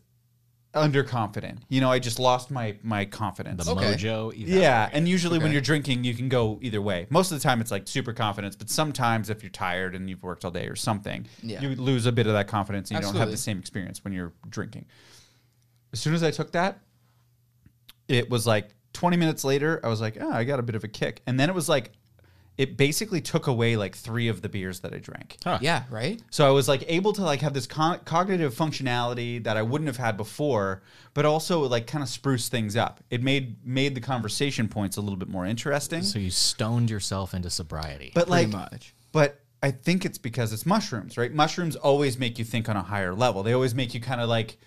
Speaker 2: underconfident. You know, I just lost my my confidence.
Speaker 3: The
Speaker 4: Okay.
Speaker 3: mojo. evaporated.
Speaker 2: Yeah, and usually when
Speaker 4: Okay.
Speaker 2: you're drinking, you can go either way. Most of the time, it's like super confidence, but sometimes if you're tired and you've worked all day or something,
Speaker 4: Yeah.
Speaker 2: you lose a bit of that confidence and you don't have
Speaker 4: Absolutely.
Speaker 2: the same experience when you're drinking. As soon as I took that, it was like 20 minutes later, I was like, oh, I got a bit of a kick. And then it was like, it basically took away like three of the beers that I drank.
Speaker 4: Yeah. Right.
Speaker 2: So I was like able to like have this con- cognitive functionality that I wouldn't have had before, but also like kind of spruce things up. It made made the conversation points a little bit more interesting.
Speaker 3: So you stoned yourself into sobriety.
Speaker 2: but like
Speaker 4: Pretty much.
Speaker 2: but I think it's because it's mushrooms, right? Mushrooms always make you think on a higher level. They always make you kind of like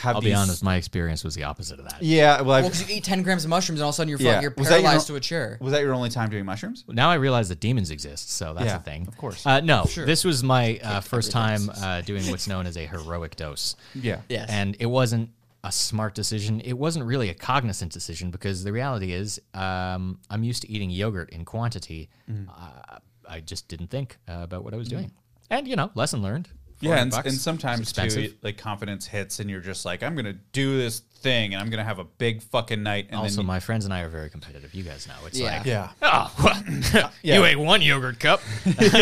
Speaker 2: have
Speaker 3: I'll
Speaker 2: these
Speaker 3: be honest, my experience was the opposite of that.
Speaker 2: Yeah, well, I've,
Speaker 4: Well, because you eat ten grams of mushrooms and all of a sudden you're fuck-
Speaker 2: yeah.
Speaker 4: you're
Speaker 2: Was that your-
Speaker 4: paralyzed to a chair.
Speaker 2: Was that your only time doing mushrooms?
Speaker 3: Now I realize that demons exist, so that's
Speaker 2: Yeah,
Speaker 3: a thing.
Speaker 2: of course.
Speaker 3: Uh, no, this was my uh, first time uh, doing what's known as a heroic dose.
Speaker 2: Yeah.
Speaker 4: Yeah. Yes.
Speaker 3: And it wasn't a smart decision. It wasn't really a cognizant decision because the reality is, um, I'm used to eating yogurt in quantity.
Speaker 2: Mm-hmm.
Speaker 3: Uh, I just didn't think uh, about what I was doing. And, you know, lesson learned.
Speaker 2: Yeah, and,
Speaker 3: 400 bucks.
Speaker 2: and sometimes
Speaker 3: It's
Speaker 2: too,
Speaker 3: expensive.
Speaker 2: like confidence hits, and you're just like, I'm gonna do this thing, and I'm gonna have a big fucking night. And
Speaker 3: Also,
Speaker 2: then
Speaker 3: my friends and I are very competitive. You guys know. It's
Speaker 4: Yeah.
Speaker 3: like,
Speaker 2: yeah,
Speaker 3: oh, you ate one yogurt cup.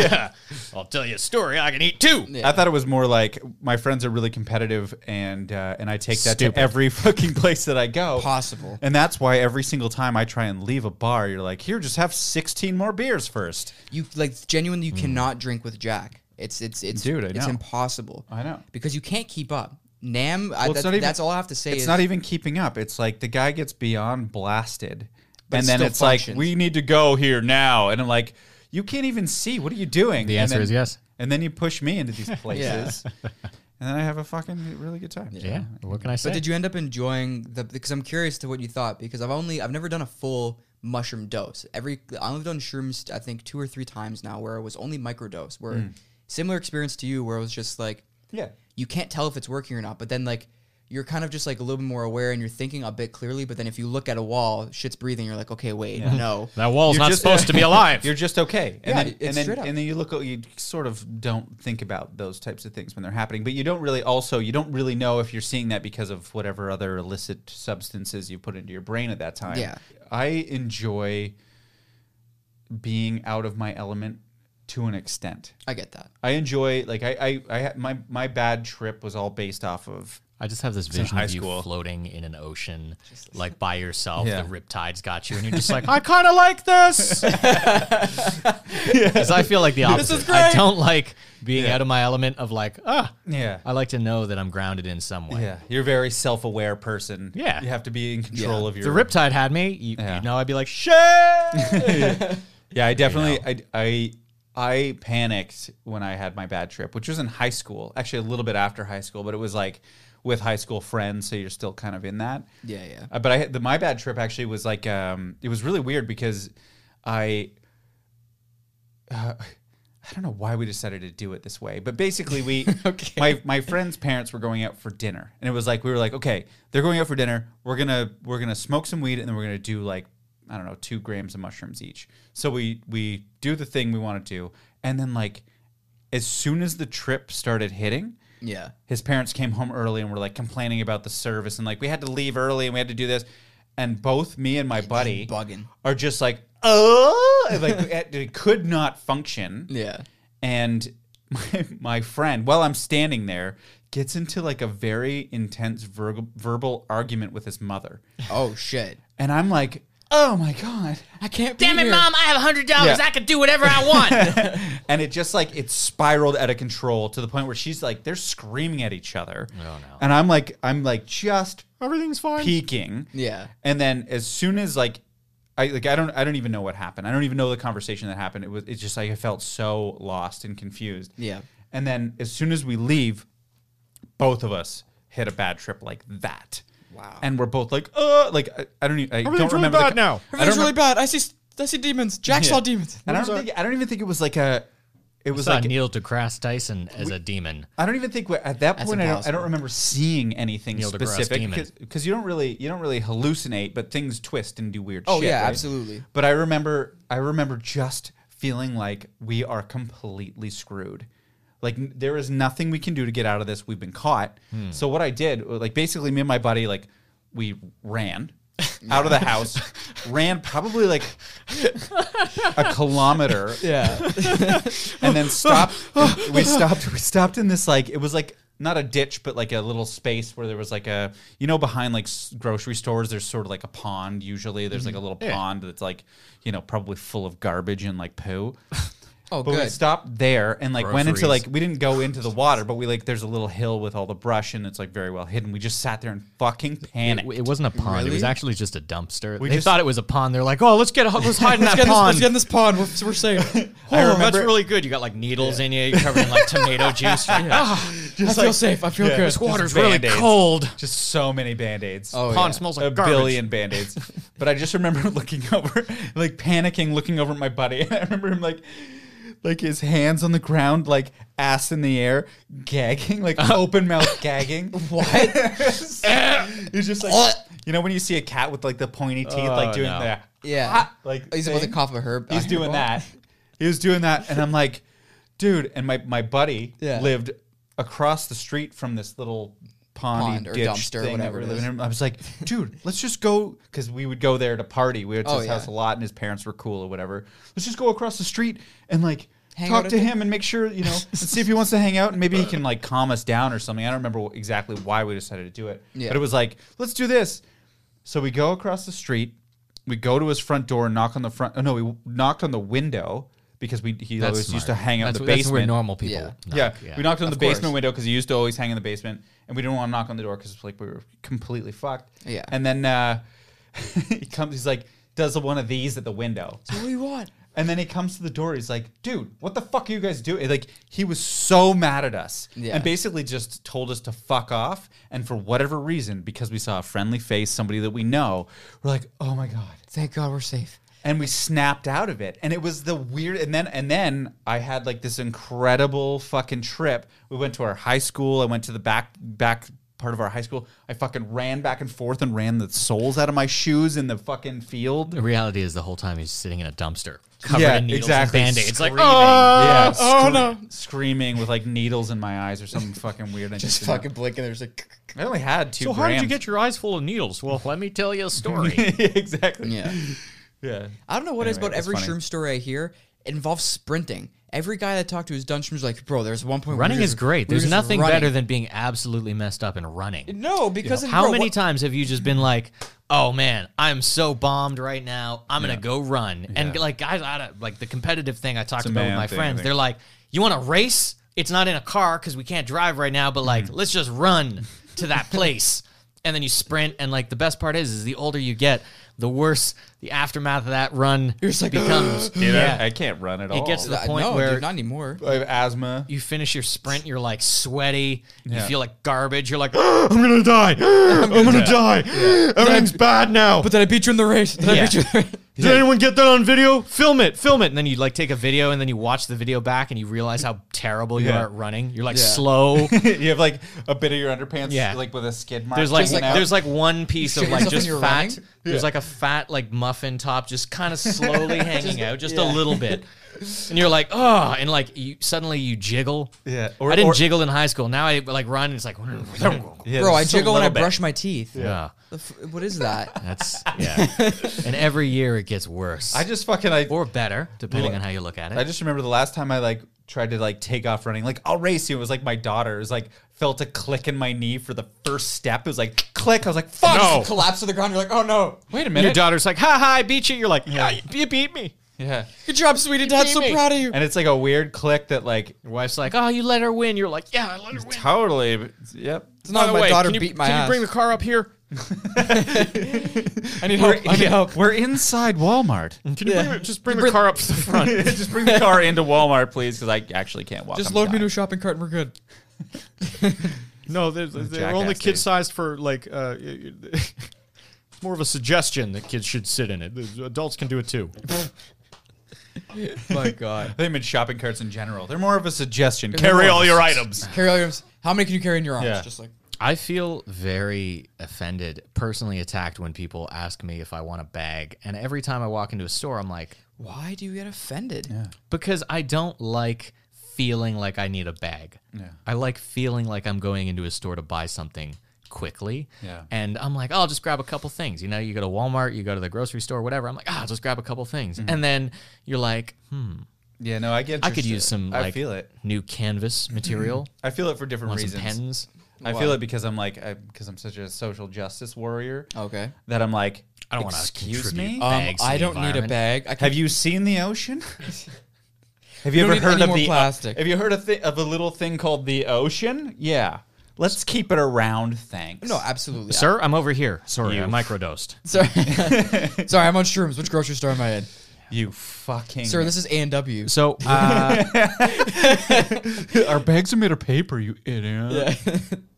Speaker 3: I'll tell you a story. I can eat two.
Speaker 2: I thought it was more like my friends are really competitive, and uh, and I take that
Speaker 3: Stupid.
Speaker 2: to every fucking place that I go.
Speaker 4: Possible.
Speaker 2: And that's why every single time I try and leave a bar, you're like, here, just have 16 more beers first.
Speaker 4: You like genuinely you cannot drink with Jack. It's it's it's
Speaker 2: Hmm. Dude, I
Speaker 4: it's
Speaker 2: know.
Speaker 4: impossible.
Speaker 2: I know.
Speaker 4: because you can't keep up. Nam,
Speaker 2: Well,
Speaker 4: I,
Speaker 2: it's
Speaker 4: that's,
Speaker 2: not even-
Speaker 4: that's all I have to say.
Speaker 2: It's
Speaker 4: is,
Speaker 2: not even keeping up. It's like the guy gets beyond blasted,
Speaker 4: But
Speaker 2: and
Speaker 4: it
Speaker 2: then
Speaker 4: still
Speaker 2: it's
Speaker 4: functions.
Speaker 2: like, we need to go here now. And I'm like, you can't even see. What are you doing?
Speaker 3: The
Speaker 2: And
Speaker 3: answer
Speaker 2: then-
Speaker 3: is yes.
Speaker 2: And then you push me into these places, and then I have a fucking really good time.
Speaker 3: Yeah. What can I say?
Speaker 4: But did you end up enjoying the? Because I'm curious to what you thought. Because I've only I've never done a full mushroom dose. Every I've only done shrooms I think two or three times now, where it was only microdose. Where similar experience to you, where it was just like
Speaker 2: Yeah.
Speaker 4: you can't tell if it's working or not. But then like you're kind of just like a little bit more aware and you're thinking a bit clearly. But then if you look at a wall, shit's breathing. You're like, okay, wait, no.
Speaker 3: that wall's
Speaker 2: You're
Speaker 3: not
Speaker 2: just-
Speaker 3: supposed to be alive.
Speaker 2: You're just okay. And
Speaker 4: Yeah,
Speaker 2: then,
Speaker 4: it's
Speaker 2: and then,
Speaker 4: straight up.
Speaker 2: and then you look, you sort of don't think about those types of things when they're happening, but you don't really also, you don't really know if you're seeing that because of whatever other illicit substances you put into your brain at that time.
Speaker 4: Yeah.
Speaker 2: I enjoy being out of my element to an extent.
Speaker 4: I get that.
Speaker 2: I enjoy, like, I, I, I had- my, my bad trip was all based off of
Speaker 3: I just have this vision
Speaker 2: high
Speaker 3: of you
Speaker 2: school.
Speaker 3: floating in an ocean, like by yourself.
Speaker 2: Yeah.
Speaker 3: The riptides got you, and you're just like, I kind of like this. Because I feel like the opposite.
Speaker 4: is
Speaker 3: I
Speaker 4: great.
Speaker 3: don't like being out of my element of like, ah.
Speaker 2: Yeah.
Speaker 3: I like to know that I'm grounded in some way.
Speaker 2: yeah, you're a very self-aware person.
Speaker 3: Yeah.
Speaker 2: you have to be in control
Speaker 4: Yeah.
Speaker 2: of your.
Speaker 3: If the riptide had me, you,
Speaker 2: Yeah.
Speaker 3: you know, I'd be like, shit.
Speaker 2: Yeah, I definitely I, I I panicked when I had my bad trip, which was in high school. Actually, a little bit after high school, but it was like with high school friends, so you're still kind of in that.
Speaker 4: Yeah, yeah.
Speaker 2: Uh, but I had- the my bad trip actually was like um it was really weird because I uh, I don't know why we decided to do it this way, but basically we my my friend's parents were going out for dinner, and it was like we were like, okay, they're going out for dinner. We're gonna we're gonna smoke some weed, and then we're gonna do like I don't know, two grams of mushrooms each. So we we do the thing we want to do, and then like as soon as the trip started hitting,
Speaker 4: Yeah.
Speaker 2: his parents came home early and were like complaining about the service and like we had to leave early and we had to do this, and both me and my buddy
Speaker 4: bugging.
Speaker 2: are just like oh and, like it, it could not function
Speaker 4: Yeah.
Speaker 2: and my, my friend while i'm standing there gets into like a very intense verbal verbal argument with his mother
Speaker 4: Oh shit.
Speaker 2: and i'm like oh my god
Speaker 4: I can't.
Speaker 3: Damn
Speaker 4: be
Speaker 3: it,
Speaker 4: here.
Speaker 3: mom! I have hundred dollars.
Speaker 2: Yeah.
Speaker 3: I could do whatever I want.
Speaker 2: and it just like it spiraled out of control to the point where she's like they're screaming at each other oh,
Speaker 3: no.
Speaker 2: and i'm like i'm like just
Speaker 3: Everything's fine.
Speaker 2: peeking
Speaker 4: Yeah.
Speaker 2: And then as soon as like I like I don't I don't even know what happened. I don't even know the conversation that happened. It was it's just like I felt so lost and confused.
Speaker 4: Yeah.
Speaker 2: And then as soon as we leave, both of us hit a bad trip like that.
Speaker 4: Wow.
Speaker 2: And we're both like, uh, like I, I don't even, I don't
Speaker 3: Everything's really
Speaker 2: remember. the
Speaker 3: bad
Speaker 2: co-
Speaker 3: now.
Speaker 2: I don't
Speaker 4: Everything's really bad. I see. I see demons. Jack saw demons.
Speaker 2: And I don't think I don't even think it was like a. It was
Speaker 3: Saw
Speaker 2: like
Speaker 3: Neil deGrasse Tyson as a demon.
Speaker 2: I don't even think we- at that point I don't, I
Speaker 4: impossible.
Speaker 2: don't remember seeing anything
Speaker 3: Neil deGrasse Demon.
Speaker 2: specific because you don't really you don't really hallucinate, but things twist and do weird.
Speaker 4: Oh,
Speaker 2: shit,
Speaker 4: yeah,
Speaker 2: right?
Speaker 4: absolutely.
Speaker 2: But I remember I remember just feeling like we are completely screwed. Like n- there is nothing we can do to get out of this. We've been caught.
Speaker 4: Hmm.
Speaker 2: So what I did, uh, like basically me and my buddy, like we ran out of the house, ran probably like a kilometer
Speaker 4: Yeah.
Speaker 2: and then stopped. we stopped. We stopped in this like it was like not a ditch, but like a little space where there was like a you know behind like s- grocery stores. There's sort of like a pond. Usually there's
Speaker 3: Mm-hmm.
Speaker 2: like a little pond that's like you know probably full of garbage and like poo.
Speaker 4: Oh
Speaker 2: But we
Speaker 4: good.
Speaker 2: stopped there and like went into
Speaker 3: Groceries.
Speaker 2: like we didn't go into the water, but we like there's a little hill with all the brush and it's like very well hidden. We just sat there and fucking panicked.
Speaker 3: It, it wasn't a pond. It was
Speaker 4: Really?
Speaker 3: actually just a dumpster.
Speaker 2: We
Speaker 3: they
Speaker 2: just-
Speaker 3: thought it was a pond. They're like, oh, let's get a, let's hide in
Speaker 4: Let's
Speaker 3: that
Speaker 4: get, in this,
Speaker 3: pond.
Speaker 4: let's get in this pond. We're, we're safe.
Speaker 3: Oh, that's
Speaker 2: remember-
Speaker 3: really good. You got like needles in you. You're covered in like tomato juice. You're like, "Ah,
Speaker 4: I feel safe. I feel
Speaker 2: Yeah.
Speaker 4: good.
Speaker 3: this water's
Speaker 2: Just
Speaker 3: really
Speaker 2: Band-Aids.
Speaker 3: cold.
Speaker 2: just so many band aids.
Speaker 4: Oh,
Speaker 3: pond
Speaker 4: yeah.
Speaker 3: smells
Speaker 2: a
Speaker 3: like garbage.
Speaker 2: billion band-aids but i just remember looking over like panicking looking over at my buddy i remember him like like his hands on the ground like ass in the air gagging like
Speaker 3: Uh-huh.
Speaker 2: open mouth gagging what he's just like you know when you see a cat with like the pointy teeth
Speaker 3: Oh,
Speaker 2: like doing
Speaker 3: no.
Speaker 2: that
Speaker 4: Yeah.
Speaker 2: like
Speaker 4: He's about to
Speaker 2: thing?
Speaker 4: cough a herb.
Speaker 2: he's doing that he was doing that and i'm like dude and my my buddy
Speaker 4: Yeah.
Speaker 2: lived across the street from this little pondy
Speaker 4: Pond or
Speaker 2: ditch
Speaker 4: dumpster,
Speaker 2: thing that
Speaker 4: whatever
Speaker 2: we're
Speaker 4: it
Speaker 2: living
Speaker 4: is.
Speaker 2: in. i was like dude let's just go because we would go there to party we went to
Speaker 4: Oh,
Speaker 2: his house a
Speaker 4: yeah.
Speaker 2: lot and his parents were cool or whatever let's just go across the street and like
Speaker 4: Hang out
Speaker 2: talk
Speaker 4: at
Speaker 2: to
Speaker 4: the-
Speaker 2: him and make sure you know and see if he wants to hang out and maybe he can like calm us down or something i don't remember wh- exactly why we decided to do it
Speaker 4: Yeah.
Speaker 2: but it was like let's do this so we go across the street. We go to his front door and knock on the front. Oh no, we knocked on the window because we he
Speaker 3: That's
Speaker 2: always used to
Speaker 3: smart.
Speaker 2: hang out
Speaker 3: that's,
Speaker 2: in the
Speaker 3: that's
Speaker 2: basement.
Speaker 3: where normal people.
Speaker 4: Yeah.
Speaker 3: knock,
Speaker 2: yeah. we knocked on the
Speaker 4: Of course.
Speaker 2: basement window because he used to always hang in the basement, and we didn't want to knock on the door because like we were completely fucked.
Speaker 4: Yeah.
Speaker 2: and then uh, he comes. He's like, does one of these at the window.
Speaker 4: What do you want?
Speaker 2: And then he comes to the door. He's like, "Dude, what the fuck are you guys doing?" Like he was so mad at us,
Speaker 4: Yeah.
Speaker 2: and basically just told us to fuck off. And for whatever reason, because we saw a friendly face, somebody that we know, we're like, "Oh my god!"
Speaker 4: Thank God we're safe.
Speaker 2: And we snapped out of it. And it was the weird. And then and then I had like this incredible fucking trip. We went to our high school. I went to the back back part of our high school. I fucking ran back and forth and ran the soles out of my shoes in the fucking field.
Speaker 3: The reality is the whole time he's sitting in a dumpster covered
Speaker 2: Yeah,
Speaker 3: in needles
Speaker 2: exactly.
Speaker 3: and band-aids. Like,
Speaker 2: Screaming.
Speaker 3: oh,
Speaker 2: yeah,
Speaker 3: oh
Speaker 2: scre-
Speaker 3: no.
Speaker 2: screaming with like needles in my eyes or something fucking weird. I just,
Speaker 4: Just
Speaker 2: didn't know.
Speaker 4: fucking blinking. There's like.
Speaker 2: I only had two.
Speaker 3: So how
Speaker 2: grams.
Speaker 3: did you get your eyes full of needles? Well, let me tell you a story.
Speaker 2: exactly?
Speaker 4: Yeah.
Speaker 2: yeah.
Speaker 4: I don't know what it's
Speaker 2: Anyway,
Speaker 4: about
Speaker 2: that's
Speaker 4: every
Speaker 2: funny.
Speaker 4: shroom story I hear. It involves sprinting. Every guy that talked to who's done shrooms is like, bro, there's one point. we
Speaker 3: running
Speaker 4: were
Speaker 3: is
Speaker 4: just-
Speaker 3: great.
Speaker 4: we were
Speaker 3: There's
Speaker 4: just
Speaker 3: nothing
Speaker 4: running."
Speaker 3: better than being absolutely messed up and running.
Speaker 4: No, because of,
Speaker 3: How
Speaker 4: bro,
Speaker 3: many
Speaker 4: what-
Speaker 3: times have you just been like, "Oh man, I'm so bombed right now. I'm gonna go run." And
Speaker 2: Yeah.
Speaker 3: like guys, out of like the competitive thing I talked
Speaker 2: a
Speaker 3: about with
Speaker 2: man
Speaker 3: my
Speaker 2: thing, I
Speaker 3: friends,
Speaker 2: think.
Speaker 3: they're like, "You want to race? It's not in a car because we can't drive right now, but like,
Speaker 2: Mm-hmm.
Speaker 3: let's just run to that place." And then you sprint, and like the best part is, is the older you get, the worse the aftermath of that run
Speaker 4: just like,
Speaker 3: becomes.
Speaker 2: Dude,
Speaker 3: Mm, yeah,
Speaker 2: I, I can't run at all.
Speaker 3: it gets to the
Speaker 4: Uh,
Speaker 3: point
Speaker 4: no,
Speaker 3: where
Speaker 4: dude, not anymore.
Speaker 2: I have asthma.
Speaker 3: you finish your sprint, you're like sweaty, you
Speaker 2: Yeah.
Speaker 3: feel like garbage, you're like, I'm gonna die, I'm gonna die, everything's bad now.
Speaker 4: But then I beat you in the race. Then I
Speaker 3: Yeah.
Speaker 4: beat you in the race.
Speaker 3: Did anyone get that on video? Film it, film it. And then you like take a video and then you watch the video back and you realize how terrible you
Speaker 2: Yeah.
Speaker 3: are at running. You're like
Speaker 4: Yeah.
Speaker 3: slow.
Speaker 2: you have like a bit of your underpants,
Speaker 3: Yeah.
Speaker 2: like with a skid mark.
Speaker 3: There's like
Speaker 2: hanging out.
Speaker 3: there's like one piece of
Speaker 4: shit
Speaker 3: like
Speaker 4: yourself when
Speaker 3: just
Speaker 4: you're
Speaker 3: fat
Speaker 4: running?
Speaker 3: There's like a fat like muffin top just kind of slowly hanging out, just a little bit. And you're like, oh, and like you suddenly you jiggle.
Speaker 2: Yeah, or-
Speaker 3: Or, I didn't
Speaker 2: or-
Speaker 3: jiggle in high school. Now I like run and it's like
Speaker 2: Yeah,
Speaker 4: Bro,
Speaker 2: there's
Speaker 4: I
Speaker 2: just a
Speaker 4: jiggle when I
Speaker 2: little bit.
Speaker 4: brush my teeth.
Speaker 3: Yeah.
Speaker 4: The f- what is that?
Speaker 3: That's yeah. and every year it gets worse.
Speaker 2: I just fucking I
Speaker 3: or better, depending
Speaker 2: Look,
Speaker 3: on how you look at it.
Speaker 2: I just remember the last time I like tried to like take off running, like I'll race you. It was like my daughter. It was like felt a click in my knee for the first step. It was like click. I was like, fuck.
Speaker 3: No.
Speaker 4: Collapse to the ground. You're like, oh no.
Speaker 2: Wait a
Speaker 3: your
Speaker 2: minute.
Speaker 3: daughter's like, ha ha, I beat you. You're like, "Ah, yeah, you beat me.
Speaker 2: yeah.
Speaker 4: Good job, sweetie. Dad's so
Speaker 3: beat me.
Speaker 4: proud of you.
Speaker 2: And it's like a weird click that like
Speaker 3: Your wife's like, oh, you let her win. You're like, yeah, I let her win.
Speaker 2: totally. but- Yep.
Speaker 4: It's not my daughter beat my ass.
Speaker 3: car up here?
Speaker 4: I need
Speaker 2: We're,
Speaker 4: help. I need help.
Speaker 2: we're inside Walmart.
Speaker 3: Can you bring, just bring the car up to the front?
Speaker 2: Just bring the car into Walmart, please, because I actually can't walk.
Speaker 4: Just
Speaker 2: I'm
Speaker 4: load me
Speaker 2: dying.
Speaker 4: to a shopping cart and we're good.
Speaker 3: No, they're, they're
Speaker 2: jackass
Speaker 3: only
Speaker 2: days.
Speaker 3: kid sized for like. Uh, y- y- it's more of a suggestion that kids should sit in it. The Adults can do it too.
Speaker 4: my God.
Speaker 2: They made shopping carts in general. They're more of a suggestion.
Speaker 3: Carry all your items.
Speaker 4: Carrie Williams, how many can you carry in your arms?
Speaker 2: Yeah.
Speaker 4: Just like
Speaker 3: I feel very offended, personally attacked when people ask me if I want a bag. And every time I walk into a store, I'm like,
Speaker 4: why do you get offended?
Speaker 3: because I don't like feeling like I need a bag. I like feeling like I'm going into a store to buy something quickly.
Speaker 2: Yeah.
Speaker 3: And I'm like, "Oh, I'll just grab a couple things. You know, you go to Walmart, you go to the grocery store, whatever. I'm like, ah, I'll just grab a couple things.
Speaker 2: Mm-hmm.
Speaker 3: And then you're like, hmm,
Speaker 2: Yeah, no, I get.
Speaker 3: I could
Speaker 2: interested.
Speaker 3: use some
Speaker 2: I
Speaker 3: like
Speaker 2: feel it.
Speaker 3: new canvas material.
Speaker 2: I feel it for different
Speaker 3: Want some
Speaker 2: reasons.
Speaker 3: pens?
Speaker 2: I feel it because I'm like, because I'm such a social justice warrior.
Speaker 4: Okay.
Speaker 2: That I'm like,
Speaker 3: I don't want to
Speaker 2: excuse me.
Speaker 4: Um,
Speaker 3: Bags to
Speaker 4: I
Speaker 3: the
Speaker 4: don't need a
Speaker 3: environment.
Speaker 4: bag. I can
Speaker 2: have you seen the ocean? have you
Speaker 4: don't
Speaker 2: ever
Speaker 4: need
Speaker 2: heard
Speaker 4: any
Speaker 2: of
Speaker 4: more
Speaker 2: the uh,
Speaker 4: plastic.
Speaker 2: Have you heard of, thi- of a little thing called the ocean? Yeah. Let's keep it around, thanks.
Speaker 4: No, absolutely.
Speaker 3: Sir, I'm over here. Sorry,
Speaker 2: You.
Speaker 3: I microdosed.
Speaker 4: Sorry. Sorry, I'm on shrooms. Which grocery store am I in?
Speaker 2: you fucking.
Speaker 4: Sir, this is A&W.
Speaker 3: So, uh,
Speaker 2: our bags are made of paper. You idiot.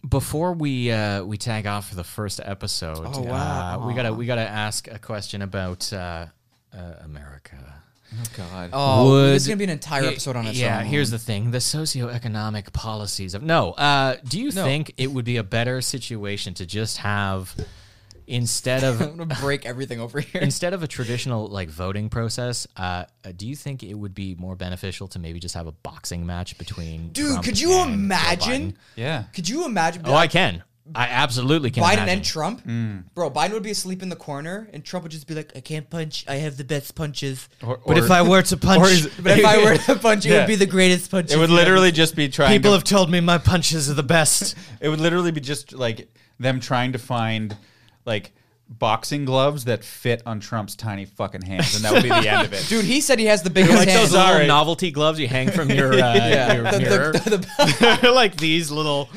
Speaker 3: before we uh, we tag off for the first episode,
Speaker 4: Oh, wow.
Speaker 3: uh, we gotta we gotta ask a question about uh, uh, America.
Speaker 2: Oh God.
Speaker 4: Oh, this is
Speaker 3: Would-
Speaker 4: going to be an entire episode on its
Speaker 3: yeah,
Speaker 4: own.
Speaker 3: here's the thing: the socioeconomic policies of no. Uh, do you think it would be a better situation to just have instead
Speaker 4: I'm
Speaker 3: of
Speaker 4: going to break everything over here.
Speaker 3: instead of a traditional like voting process? Uh, uh, do you think it would be more beneficial to maybe just have a boxing match between?
Speaker 4: Dude,
Speaker 3: Trump
Speaker 4: could you
Speaker 3: and Joe Biden?
Speaker 4: imagine?
Speaker 2: Yeah.
Speaker 4: Could you imagine?
Speaker 3: Oh, I can. I absolutely can.
Speaker 4: Biden
Speaker 3: imagine.
Speaker 4: and Trump, bro. Biden would be asleep in the corner, and Trump would just be like, "I can't punch. I have the best punches.
Speaker 2: Or,
Speaker 3: But
Speaker 2: or-
Speaker 3: if I were to punch,
Speaker 2: is-
Speaker 4: But if I were to punch, it
Speaker 2: Yeah.
Speaker 4: would be the greatest punch."
Speaker 2: it would literally just be trying.
Speaker 3: people
Speaker 2: to-
Speaker 3: have told me my punches are the best.
Speaker 2: It would literally be just like them trying to find like boxing gloves that fit on Trump's tiny fucking hands, and that would be the end of it.
Speaker 4: Dude, he said he has the biggest
Speaker 3: like
Speaker 4: hand.
Speaker 3: those little
Speaker 2: Sorry.
Speaker 3: novelty gloves you hang from your, uh,
Speaker 4: Yeah.
Speaker 3: your
Speaker 4: The- the-
Speaker 3: mirror. They're like these little.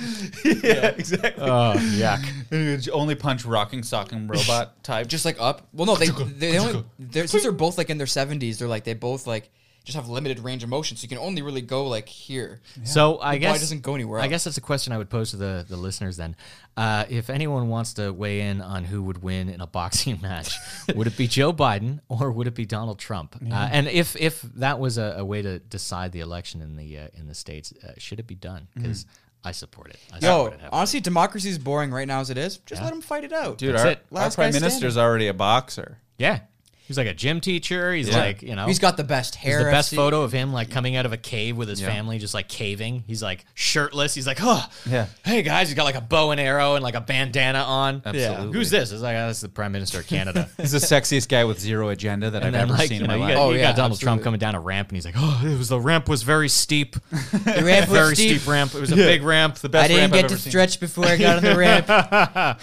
Speaker 2: yeah, exactly.
Speaker 3: Oh, yuck.
Speaker 2: only punch rocking socking robot type. Just
Speaker 4: just like up. Well, no, they they, they only they're, since they're both like in their seventies, they're like they both like just have limited range of motion, so you can only really go like here.
Speaker 3: So I guess
Speaker 4: doesn't go anywhere
Speaker 3: I
Speaker 4: else.
Speaker 3: guess that's a question I would pose to the, the listeners then. Uh, if anyone wants to weigh in on who would win in a boxing match, would it be Joe Biden or would it be Donald Trump? Uh, and if if that was a, a way to decide the election in the uh, in the states, uh, should it be done? Because I support it. I
Speaker 4: Mm. Yo,
Speaker 3: support it heavily.
Speaker 4: honestly, democracy is boring right now as it is. Just let them fight it out,
Speaker 2: dude,
Speaker 3: That's
Speaker 2: our,
Speaker 3: it.
Speaker 2: our
Speaker 4: Last
Speaker 2: prime
Speaker 4: guy
Speaker 2: minister's already a boxer.
Speaker 3: yeah, he's like a gym teacher. He's like you know
Speaker 4: He's got the best hair.
Speaker 3: the
Speaker 4: I've
Speaker 3: best
Speaker 4: seen.
Speaker 3: photo of him like coming out of a cave with his family, just like caving. He's like shirtless. He's like, huh.
Speaker 2: Yeah.
Speaker 3: Hey guys, he's got like a bow and arrow and like a bandana on.
Speaker 2: Absolutely.
Speaker 3: Who's this? It's like oh, this is the Prime Minister of Canada.
Speaker 2: He's the sexiest guy with zero agenda that
Speaker 3: and
Speaker 2: I've
Speaker 3: then
Speaker 2: ever
Speaker 3: like
Speaker 2: seen
Speaker 3: you know,
Speaker 2: in
Speaker 3: you
Speaker 2: my
Speaker 3: got,
Speaker 2: life.
Speaker 4: Oh,
Speaker 3: you
Speaker 4: yeah,
Speaker 3: got Donald Trump
Speaker 4: absolutely.
Speaker 3: coming down a ramp and he's like, oh, it was the ramp was very steep,
Speaker 4: The ramp was
Speaker 3: very
Speaker 4: steep.
Speaker 3: steep. ramp. It was a big ramp. The
Speaker 4: I
Speaker 2: best
Speaker 4: didn't
Speaker 2: ramp I've
Speaker 4: get to
Speaker 2: ever seen.
Speaker 4: stretch before I got on the ramp.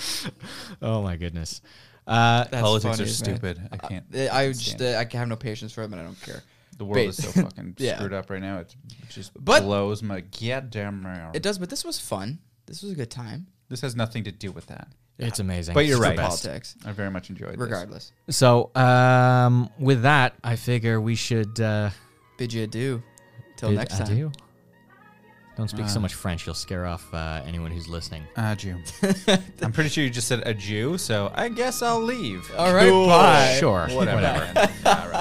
Speaker 3: oh my goodness. Uh,
Speaker 4: That's
Speaker 2: Politics
Speaker 4: funny,
Speaker 2: are
Speaker 4: man.
Speaker 2: stupid. I can't.
Speaker 4: Uh, I would just uh, I have no patience for him, and I don't care.
Speaker 2: the world is so fucking
Speaker 4: Yeah.
Speaker 2: screwed up right now. It just
Speaker 4: But-
Speaker 2: blows my goddamn mind.
Speaker 4: It does, but this was fun. This was a good time.
Speaker 2: This has nothing to do with that.
Speaker 3: it's amazing.
Speaker 2: But you're
Speaker 3: It's the
Speaker 2: right.
Speaker 3: best.
Speaker 4: Politics,
Speaker 2: I very much enjoyed. this.
Speaker 4: regardless.
Speaker 3: So um, with that, I figure we should. Uh,
Speaker 4: Bid you adieu. Till
Speaker 3: Bid
Speaker 4: next time. Uh.
Speaker 3: adieu. Don't speak so much French. You'll scare off uh, anyone who's listening.
Speaker 2: Ah, Jew. I'm pretty sure you just said a Jew, so I guess I'll leave.
Speaker 4: All right, bye.
Speaker 3: Sure.
Speaker 2: Whatever. All right.